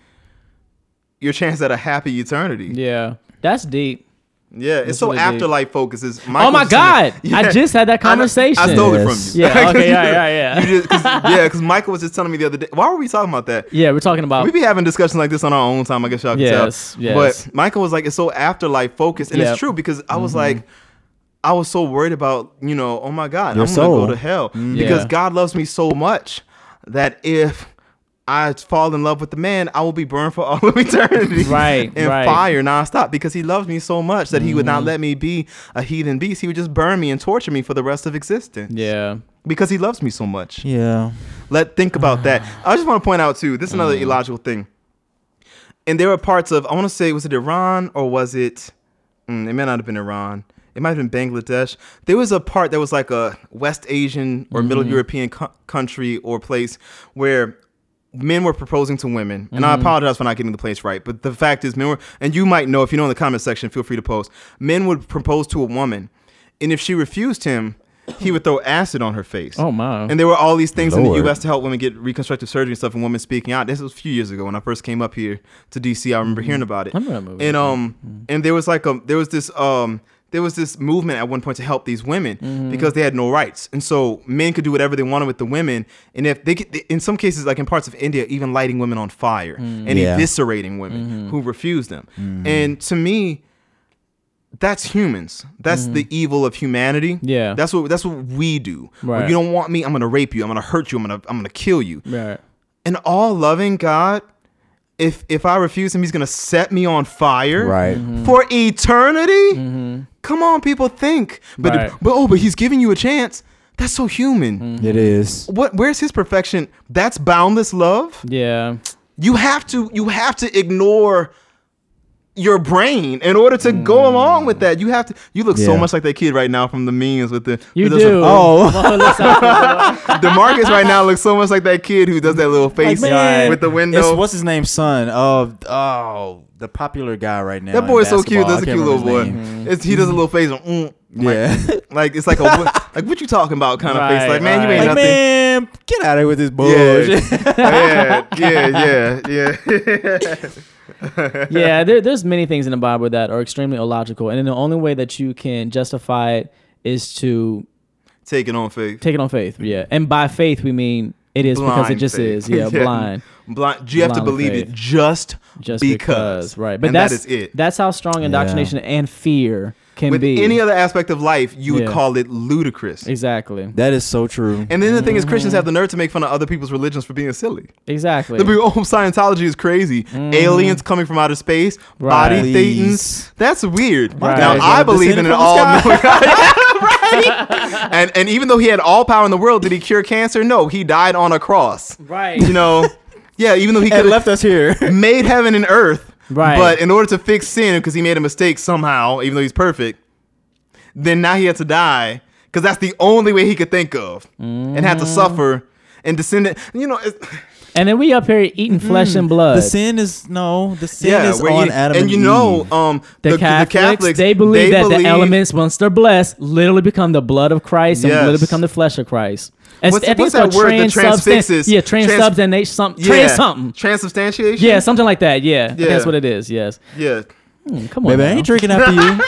your chance at a happy eternity. Yeah, yeah. That's deep. it's so really deep. afterlife focuses. Oh my God! I just had that I know- conversation. I, stole it Yes. from you. *laughs* Yeah, okay, yeah, yeah, yeah. You just- 'cause- yeah, because Michael was just telling me the other day. Why were we talking about that? Yeah, we're talking about. We be having discussions like this on our own time. I guess y'all can Uh, Yes, tell. yes. But Michael was like, "It's so afterlife focused," and Yep. Mm-hmm. it's true because I was like, I was so worried about you know, oh my God, Your I'm soul. gonna go to hell because Mm, Yeah. God loves me so much that if I fall in love with the man, I will be burned for all *laughs* of eternity, Right, in right. Mm-hmm. fire nonstop because He loves me so much that He would not let me be a heathen beast. He would just burn me and torture me for the rest of existence yeah. because He loves me so much. Yeah. Let think about that. I just want to point out too. This is another illogical thing. And there were parts of I want to say was it Iran or was it? mm, it may not have been Iran. It might have been Bangladesh. There was a part that was like a West Asian or Middle European co- country or place where men were proposing to women. And I apologize for not getting the place right, but the fact is, men were, and you might know if you know in the comment section, feel free to post. Men would propose to a woman, and if she refused him, he would throw acid on her face. Oh, my. And there were all these things in Lord. the U.S. to help women get reconstructive surgery and stuff, and women speaking out. This was a few years ago when I first came up here to D.C. I remember hearing about it. Mm-hmm. I remember that movie. Mm-hmm. And um, and there was like a there was this um there was this movement at one point to help these women Mm-hmm. because they had no rights, and so men could do whatever they wanted with the women, and if they could, in some cases, like in parts of India, even lighting women on fire Mm. and Yeah. eviscerating women Mm-hmm. who refused them. And to me, that's humans. That's the evil of humanity. Mm-hmm. Yeah. That's what that's what we do. When Right. you don't want me, I'm gonna rape you. I'm gonna hurt you. I'm gonna I'm gonna kill you. Right. An all loving God, if if I refuse him, he's gonna set me on fire Right. Mm-hmm. for eternity. Come on, people think. But Right. Mm-hmm. but oh, but he's giving you a chance. That's so human. It is. What where's his perfection? That's boundless love Yeah. you have to you have to ignore your brain in order to go Mm. along with that. You have to. You look so Yeah. much like that kid right now from the memes with the. You who does do. Oh. Well, let's *laughs* not- The, Demarcus right now looks so much like that kid who does that little face man, with the It's, window. what's his name? Son of oh the popular guy right now. That in boy is so cute. basketball. That's I a can't cute little boy. remember his It's, he does a little face. Of, mm, like, name. Yeah. like it's like a what- like what you talking about kind of face. Right, Like man, you *laughs* ain't right. Like, nothing. man, get out of here with this bullshit. yeah, yeah, yeah, yeah. *laughs* yeah, there, there's many things in the Bible that are extremely illogical, and then the only way that you can justify it is to Take it on faith. take it on faith. Yeah, and by faith we mean it is because it Mm-hmm. Blind just faith. is. *laughs* Yeah, blind. Blind. You have to Blind believe it faith. just, Just because. because. right? But and that's that is it. That's how strong indoctrination and fear can With be. any other aspect of life, you Yeah. would call it ludicrous. exactly, *laughs* That is so true. And then the thing is, Mm-hmm. Christians have the nerve to make fun of other people's religions for being silly. exactly. They'll be, *laughs* oh, Scientology is crazy. Aliens coming from outer space, body Right. thetans. That's weird. Right. Now, Guys, I y'all believe in descended an from all the knowing right? And, and even though he had all power in the world, did he cure cancer? No, he died on a cross. right. You know? Yeah, even though he could And have left us *laughs* here. made heaven and earth. Right. But in order to fix sin, because he made a mistake somehow, even though he's perfect, then now he had to die because that's the only way he could think of and had to suffer and descend. it- You know, it's, and then we up here eating flesh Mm. and blood. The sin is no. The sin yeah, is where on you- Adam and you know, Eve. um, the, Catholics, they believe that the elements, once they're blessed, literally become the blood of Christ and literally Yes. become the flesh of Christ. And What's- I think what's it's that called word that transfixes- Yeah, transubstantiation. Some, Trans something. Transubstantiation? Yeah, something like that. Yeah, I think Yeah. that's what it is. Yes. Yeah. *laughs* Hmm, come on. baby, I ain't drinking after you. *laughs*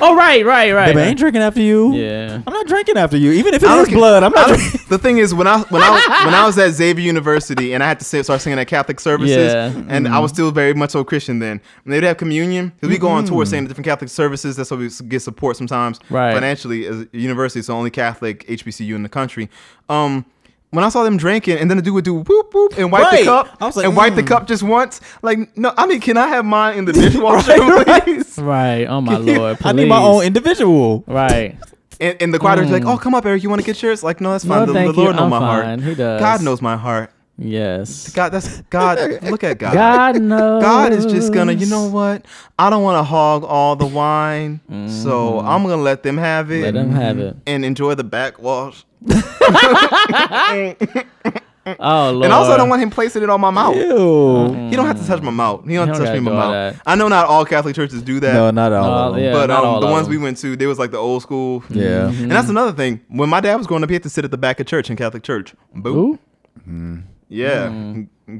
oh right, right, right. Babe, I ain't drinking after you. Yeah. I'm not drinking after you. Even if it I don't is care- blood, I'm I not don't- drinking. *laughs* *laughs* the thing is, when I when I was, when I was at Xavier University and I had to sing, start singing at Catholic services, Yeah. Mm-hmm. and I was still very much so Christian then. When they'd have communion, 'cause we go on tour singing at different Catholic services. That's how we s- get support sometimes Mm-hmm. Right. financially as a university. It's the only Catholic HBCU in the country. Um, when I saw them drinking, and then the dude would do whoop whoop and wipe Right. the cup, I was like, and wipe the mm. cup just once. Like, no, I mean, can I have *laughs* mine in the dishwasher, *laughs* please? Right. Oh *laughs* my lord. Please. I need my own individual. *laughs* Right. And, and the choir director's like, "Oh, come up, Eric. You want to get yours?" Like, no, that's fine. Mm. No, the, thank the Lord you. knows I'm my fine. heart. He does. God knows my heart. Yes. God, that's God. Look at God. *laughs* God. God knows. is just gonna, you know what? I don't want to hog all the wine, so I'm gonna let them have it Mm-hmm. Let him have it. and enjoy the backwash. Oh lord. And also, I don't want him placing it on my mouth. Ew. Oh. He don't have to touch my mouth. He don't, He have don't to gotta touch me in my do all mouth. that. I know not all Catholic churches do that. No, not all. Oh, of them. yeah. but not all um, the of ones them. we went to, they was like the old school. Mm-hmm. Yeah. And that's another thing. When my dad was growing up, he had to sit at the back of church in Catholic church. Boo. Ooh. Mm. Yeah. God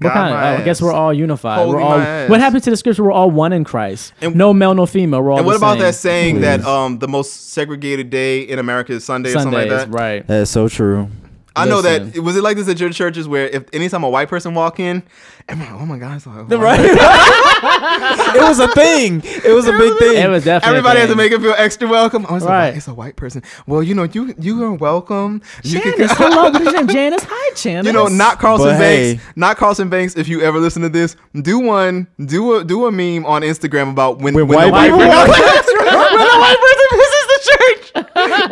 What kind? Oh, my I guess ass. we're all unified. we're Holy all. my ass. What happened to the scripture? We're all one in Christ. And- no male, no female. We're all. And what the about that same. saying that um the most segregated day in America is Sunday or something like Sundays, that? right? That is so *laughs* true. I know that. Listen. Was it like this at your churches where if anytime a white person walk in, everyone like, oh my god, it's like, Right? it was a thing. It was a big thing. It was definitely. Everybody a has thing. to make it feel extra welcome. Oh, it's, a, Right. white- it's a white person. Well, you know, you you are welcome. You, can- Janice, *laughs* hello. What is your name? Janice. Hi, Janice. you know, not Carlson But hey. Banks. Not Carlson Banks. If you ever listen to this, do one, do a do a meme on Instagram about when, When when white the white people person- white person visits the church.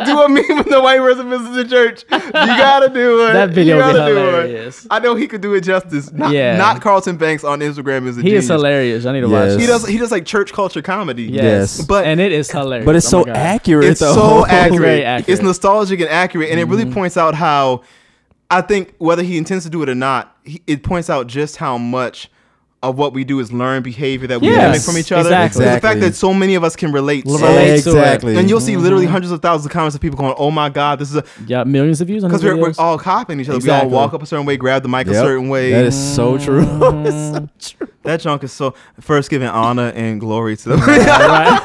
do a meme when the white person visits the church. You gotta do it. That video you would be gotta do it. hilarious. I know he could do it justice. Not, Yeah. not Carlton Banks on Instagram is a He genius. is hilarious. I need to Yes. watch. He it. does. He does like church culture comedy. Yes, Yes. but But- and it is hilarious. But it's Oh my so God. accurate. It's though. *laughs* so *laughs* Very accurate. accurate. Mm-hmm. It's nostalgic and accurate, and it really points out how I think whether he intends to do it or not, he, it points out just how much of what we do is learned behavior that we Yes, mimic from each other. exactly. The fact Exactly. that so many of us can relate. so- Relate to it. exactly. and you'll see literally Mm-hmm. hundreds of thousands of comments of people going, "Oh my God, this is a." Yeah, millions of views on his Because we're, we're videos. all copying each other. Exactly. We all walk up a certain way, grab the mic Yep. a certain way. That is so *laughs* true. *laughs* It's so true. That junk is so first giving honor and *laughs* glory to them. *laughs* Right?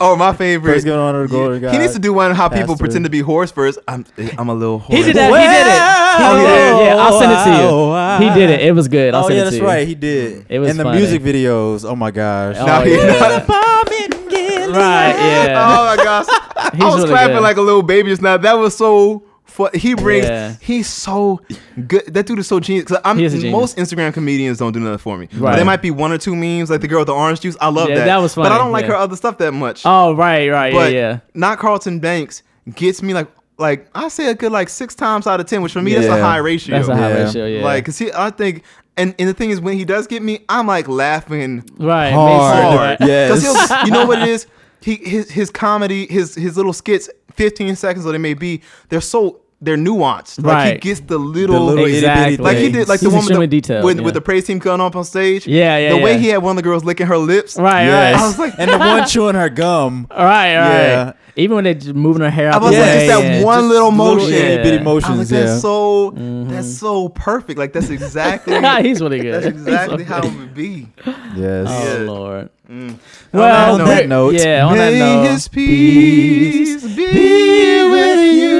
oh, my favorite. First giving honor and glory to He God. needs to do one how people Pastor. pretend to be horse first. I'm, I'm a little horse. He did that. He did it. He did it. Yeah, I'll send it to you. He did it. It was good. I'll Oh send yeah, it to that's you. right. He did. It was Mm. and the funny. music videos. Oh my gosh. Oh, No, he- *laughs* yeah. *laughs* right. *laughs* Yeah. *laughs* Oh my gosh. *laughs* He's I was really clapping good. like a little baby just now. That was so fu- he brings Yeah. he's so good that dude is so genius 'Cause i'm He is a genius. most instagram comedians don't do nothing for me Right. right. there might be one or two memes like the girl with the orange juice i love Yeah, that that was but funny, i don't like yeah. her other stuff that much Oh, right. Right. Yeah. but Yeah. not Carlton Banks gets me like like I say a good like six times out of ten, which for me that's Yeah. a high ratio. That's a high Yeah. ratio. Yeah. Like, cause he, I think, and, and the thing is, when he does get me, I'm like laughing right. hard. Mason, hard. *laughs* right. Yes. 'Cause he'll- you know what it is? He his his comedy, his his little skits, 15 seconds or they may be, they're so they're nuanced. Like he Right. gets the The little, little itty bitty Exactly. like he did, like He's the one with extremely the, detailed, with, yeah. with the praise team going up on stage. Yeah, yeah, The way yeah. he had one of the girls licking her lips. Right. Yes. Right. I was like, and the one chewing her gum. All right, all right. Yeah. Even when they're just moving her hair out I was the like, way, it's that and one *laughs* just little motion. itty bitty Yeah. I was motions. like, that's yeah. Mm-hmm. so that's so perfect. Like that's exactly *laughs* He's really good. that's exactly He's how okay. it would be. Oh yes. Yeah. Lord. Well, Well, Mm. on that we're- note, yeah. On that May note, his peace be with you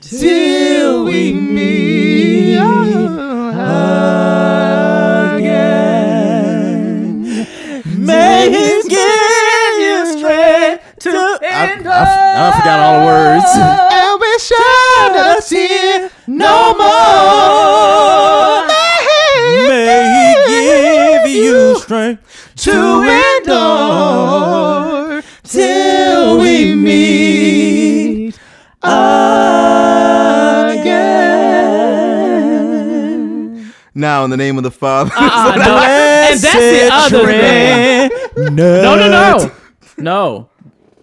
till we meet again. may He give you strength to I, end I- I forgot all the words. And we shed a tear no more. May He give you strength to endure till we meet again. Now, in the name of the Father, Uh-uh. *laughs* Uh, no, and that's the other thing. No, No, no, no, no.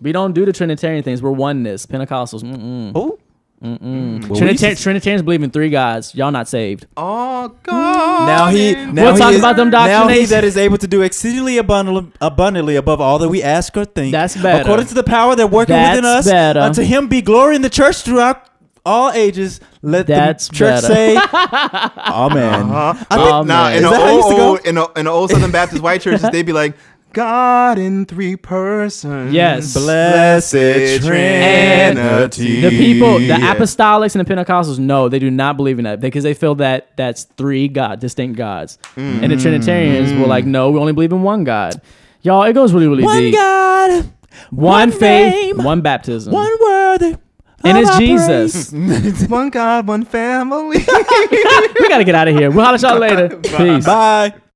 We don't do the Trinitarian things. We're oneness, Pentecostals. Mm-mm. Oh. Trinitarian, Trinitarians believe in three gods. Y'all not saved. oh God! Now he, in now We'll he talk is- about them Now he doctrinations. that is able to do exceedingly abundantly, abundantly above all that we ask or think. That's better. According to the power that working within That's us, better. unto him be glory in the church throughout all ages. Let That's the church better. *laughs* say, Amen. Uh-huh. I But think- now, man. Is Uh-huh. in the Oh, that how it used old, to go? old in the in the old Southern Baptist white churches, they'd be like, God in three persons. Yes. Blessed And Trinity. the people, the apostolics and the Pentecostals, no, they do not believe in that because they feel that that's three God, distinct gods, and the Trinitarians were like, no, we only believe in one God. Y'all, it goes really, really One deep. God, one, one faith, name, one baptism, one worthy. and of it's our Jesus. one God, one family. *laughs* *laughs* we gotta get out of here. We'll holler at y'all later. Peace. praise. Bye.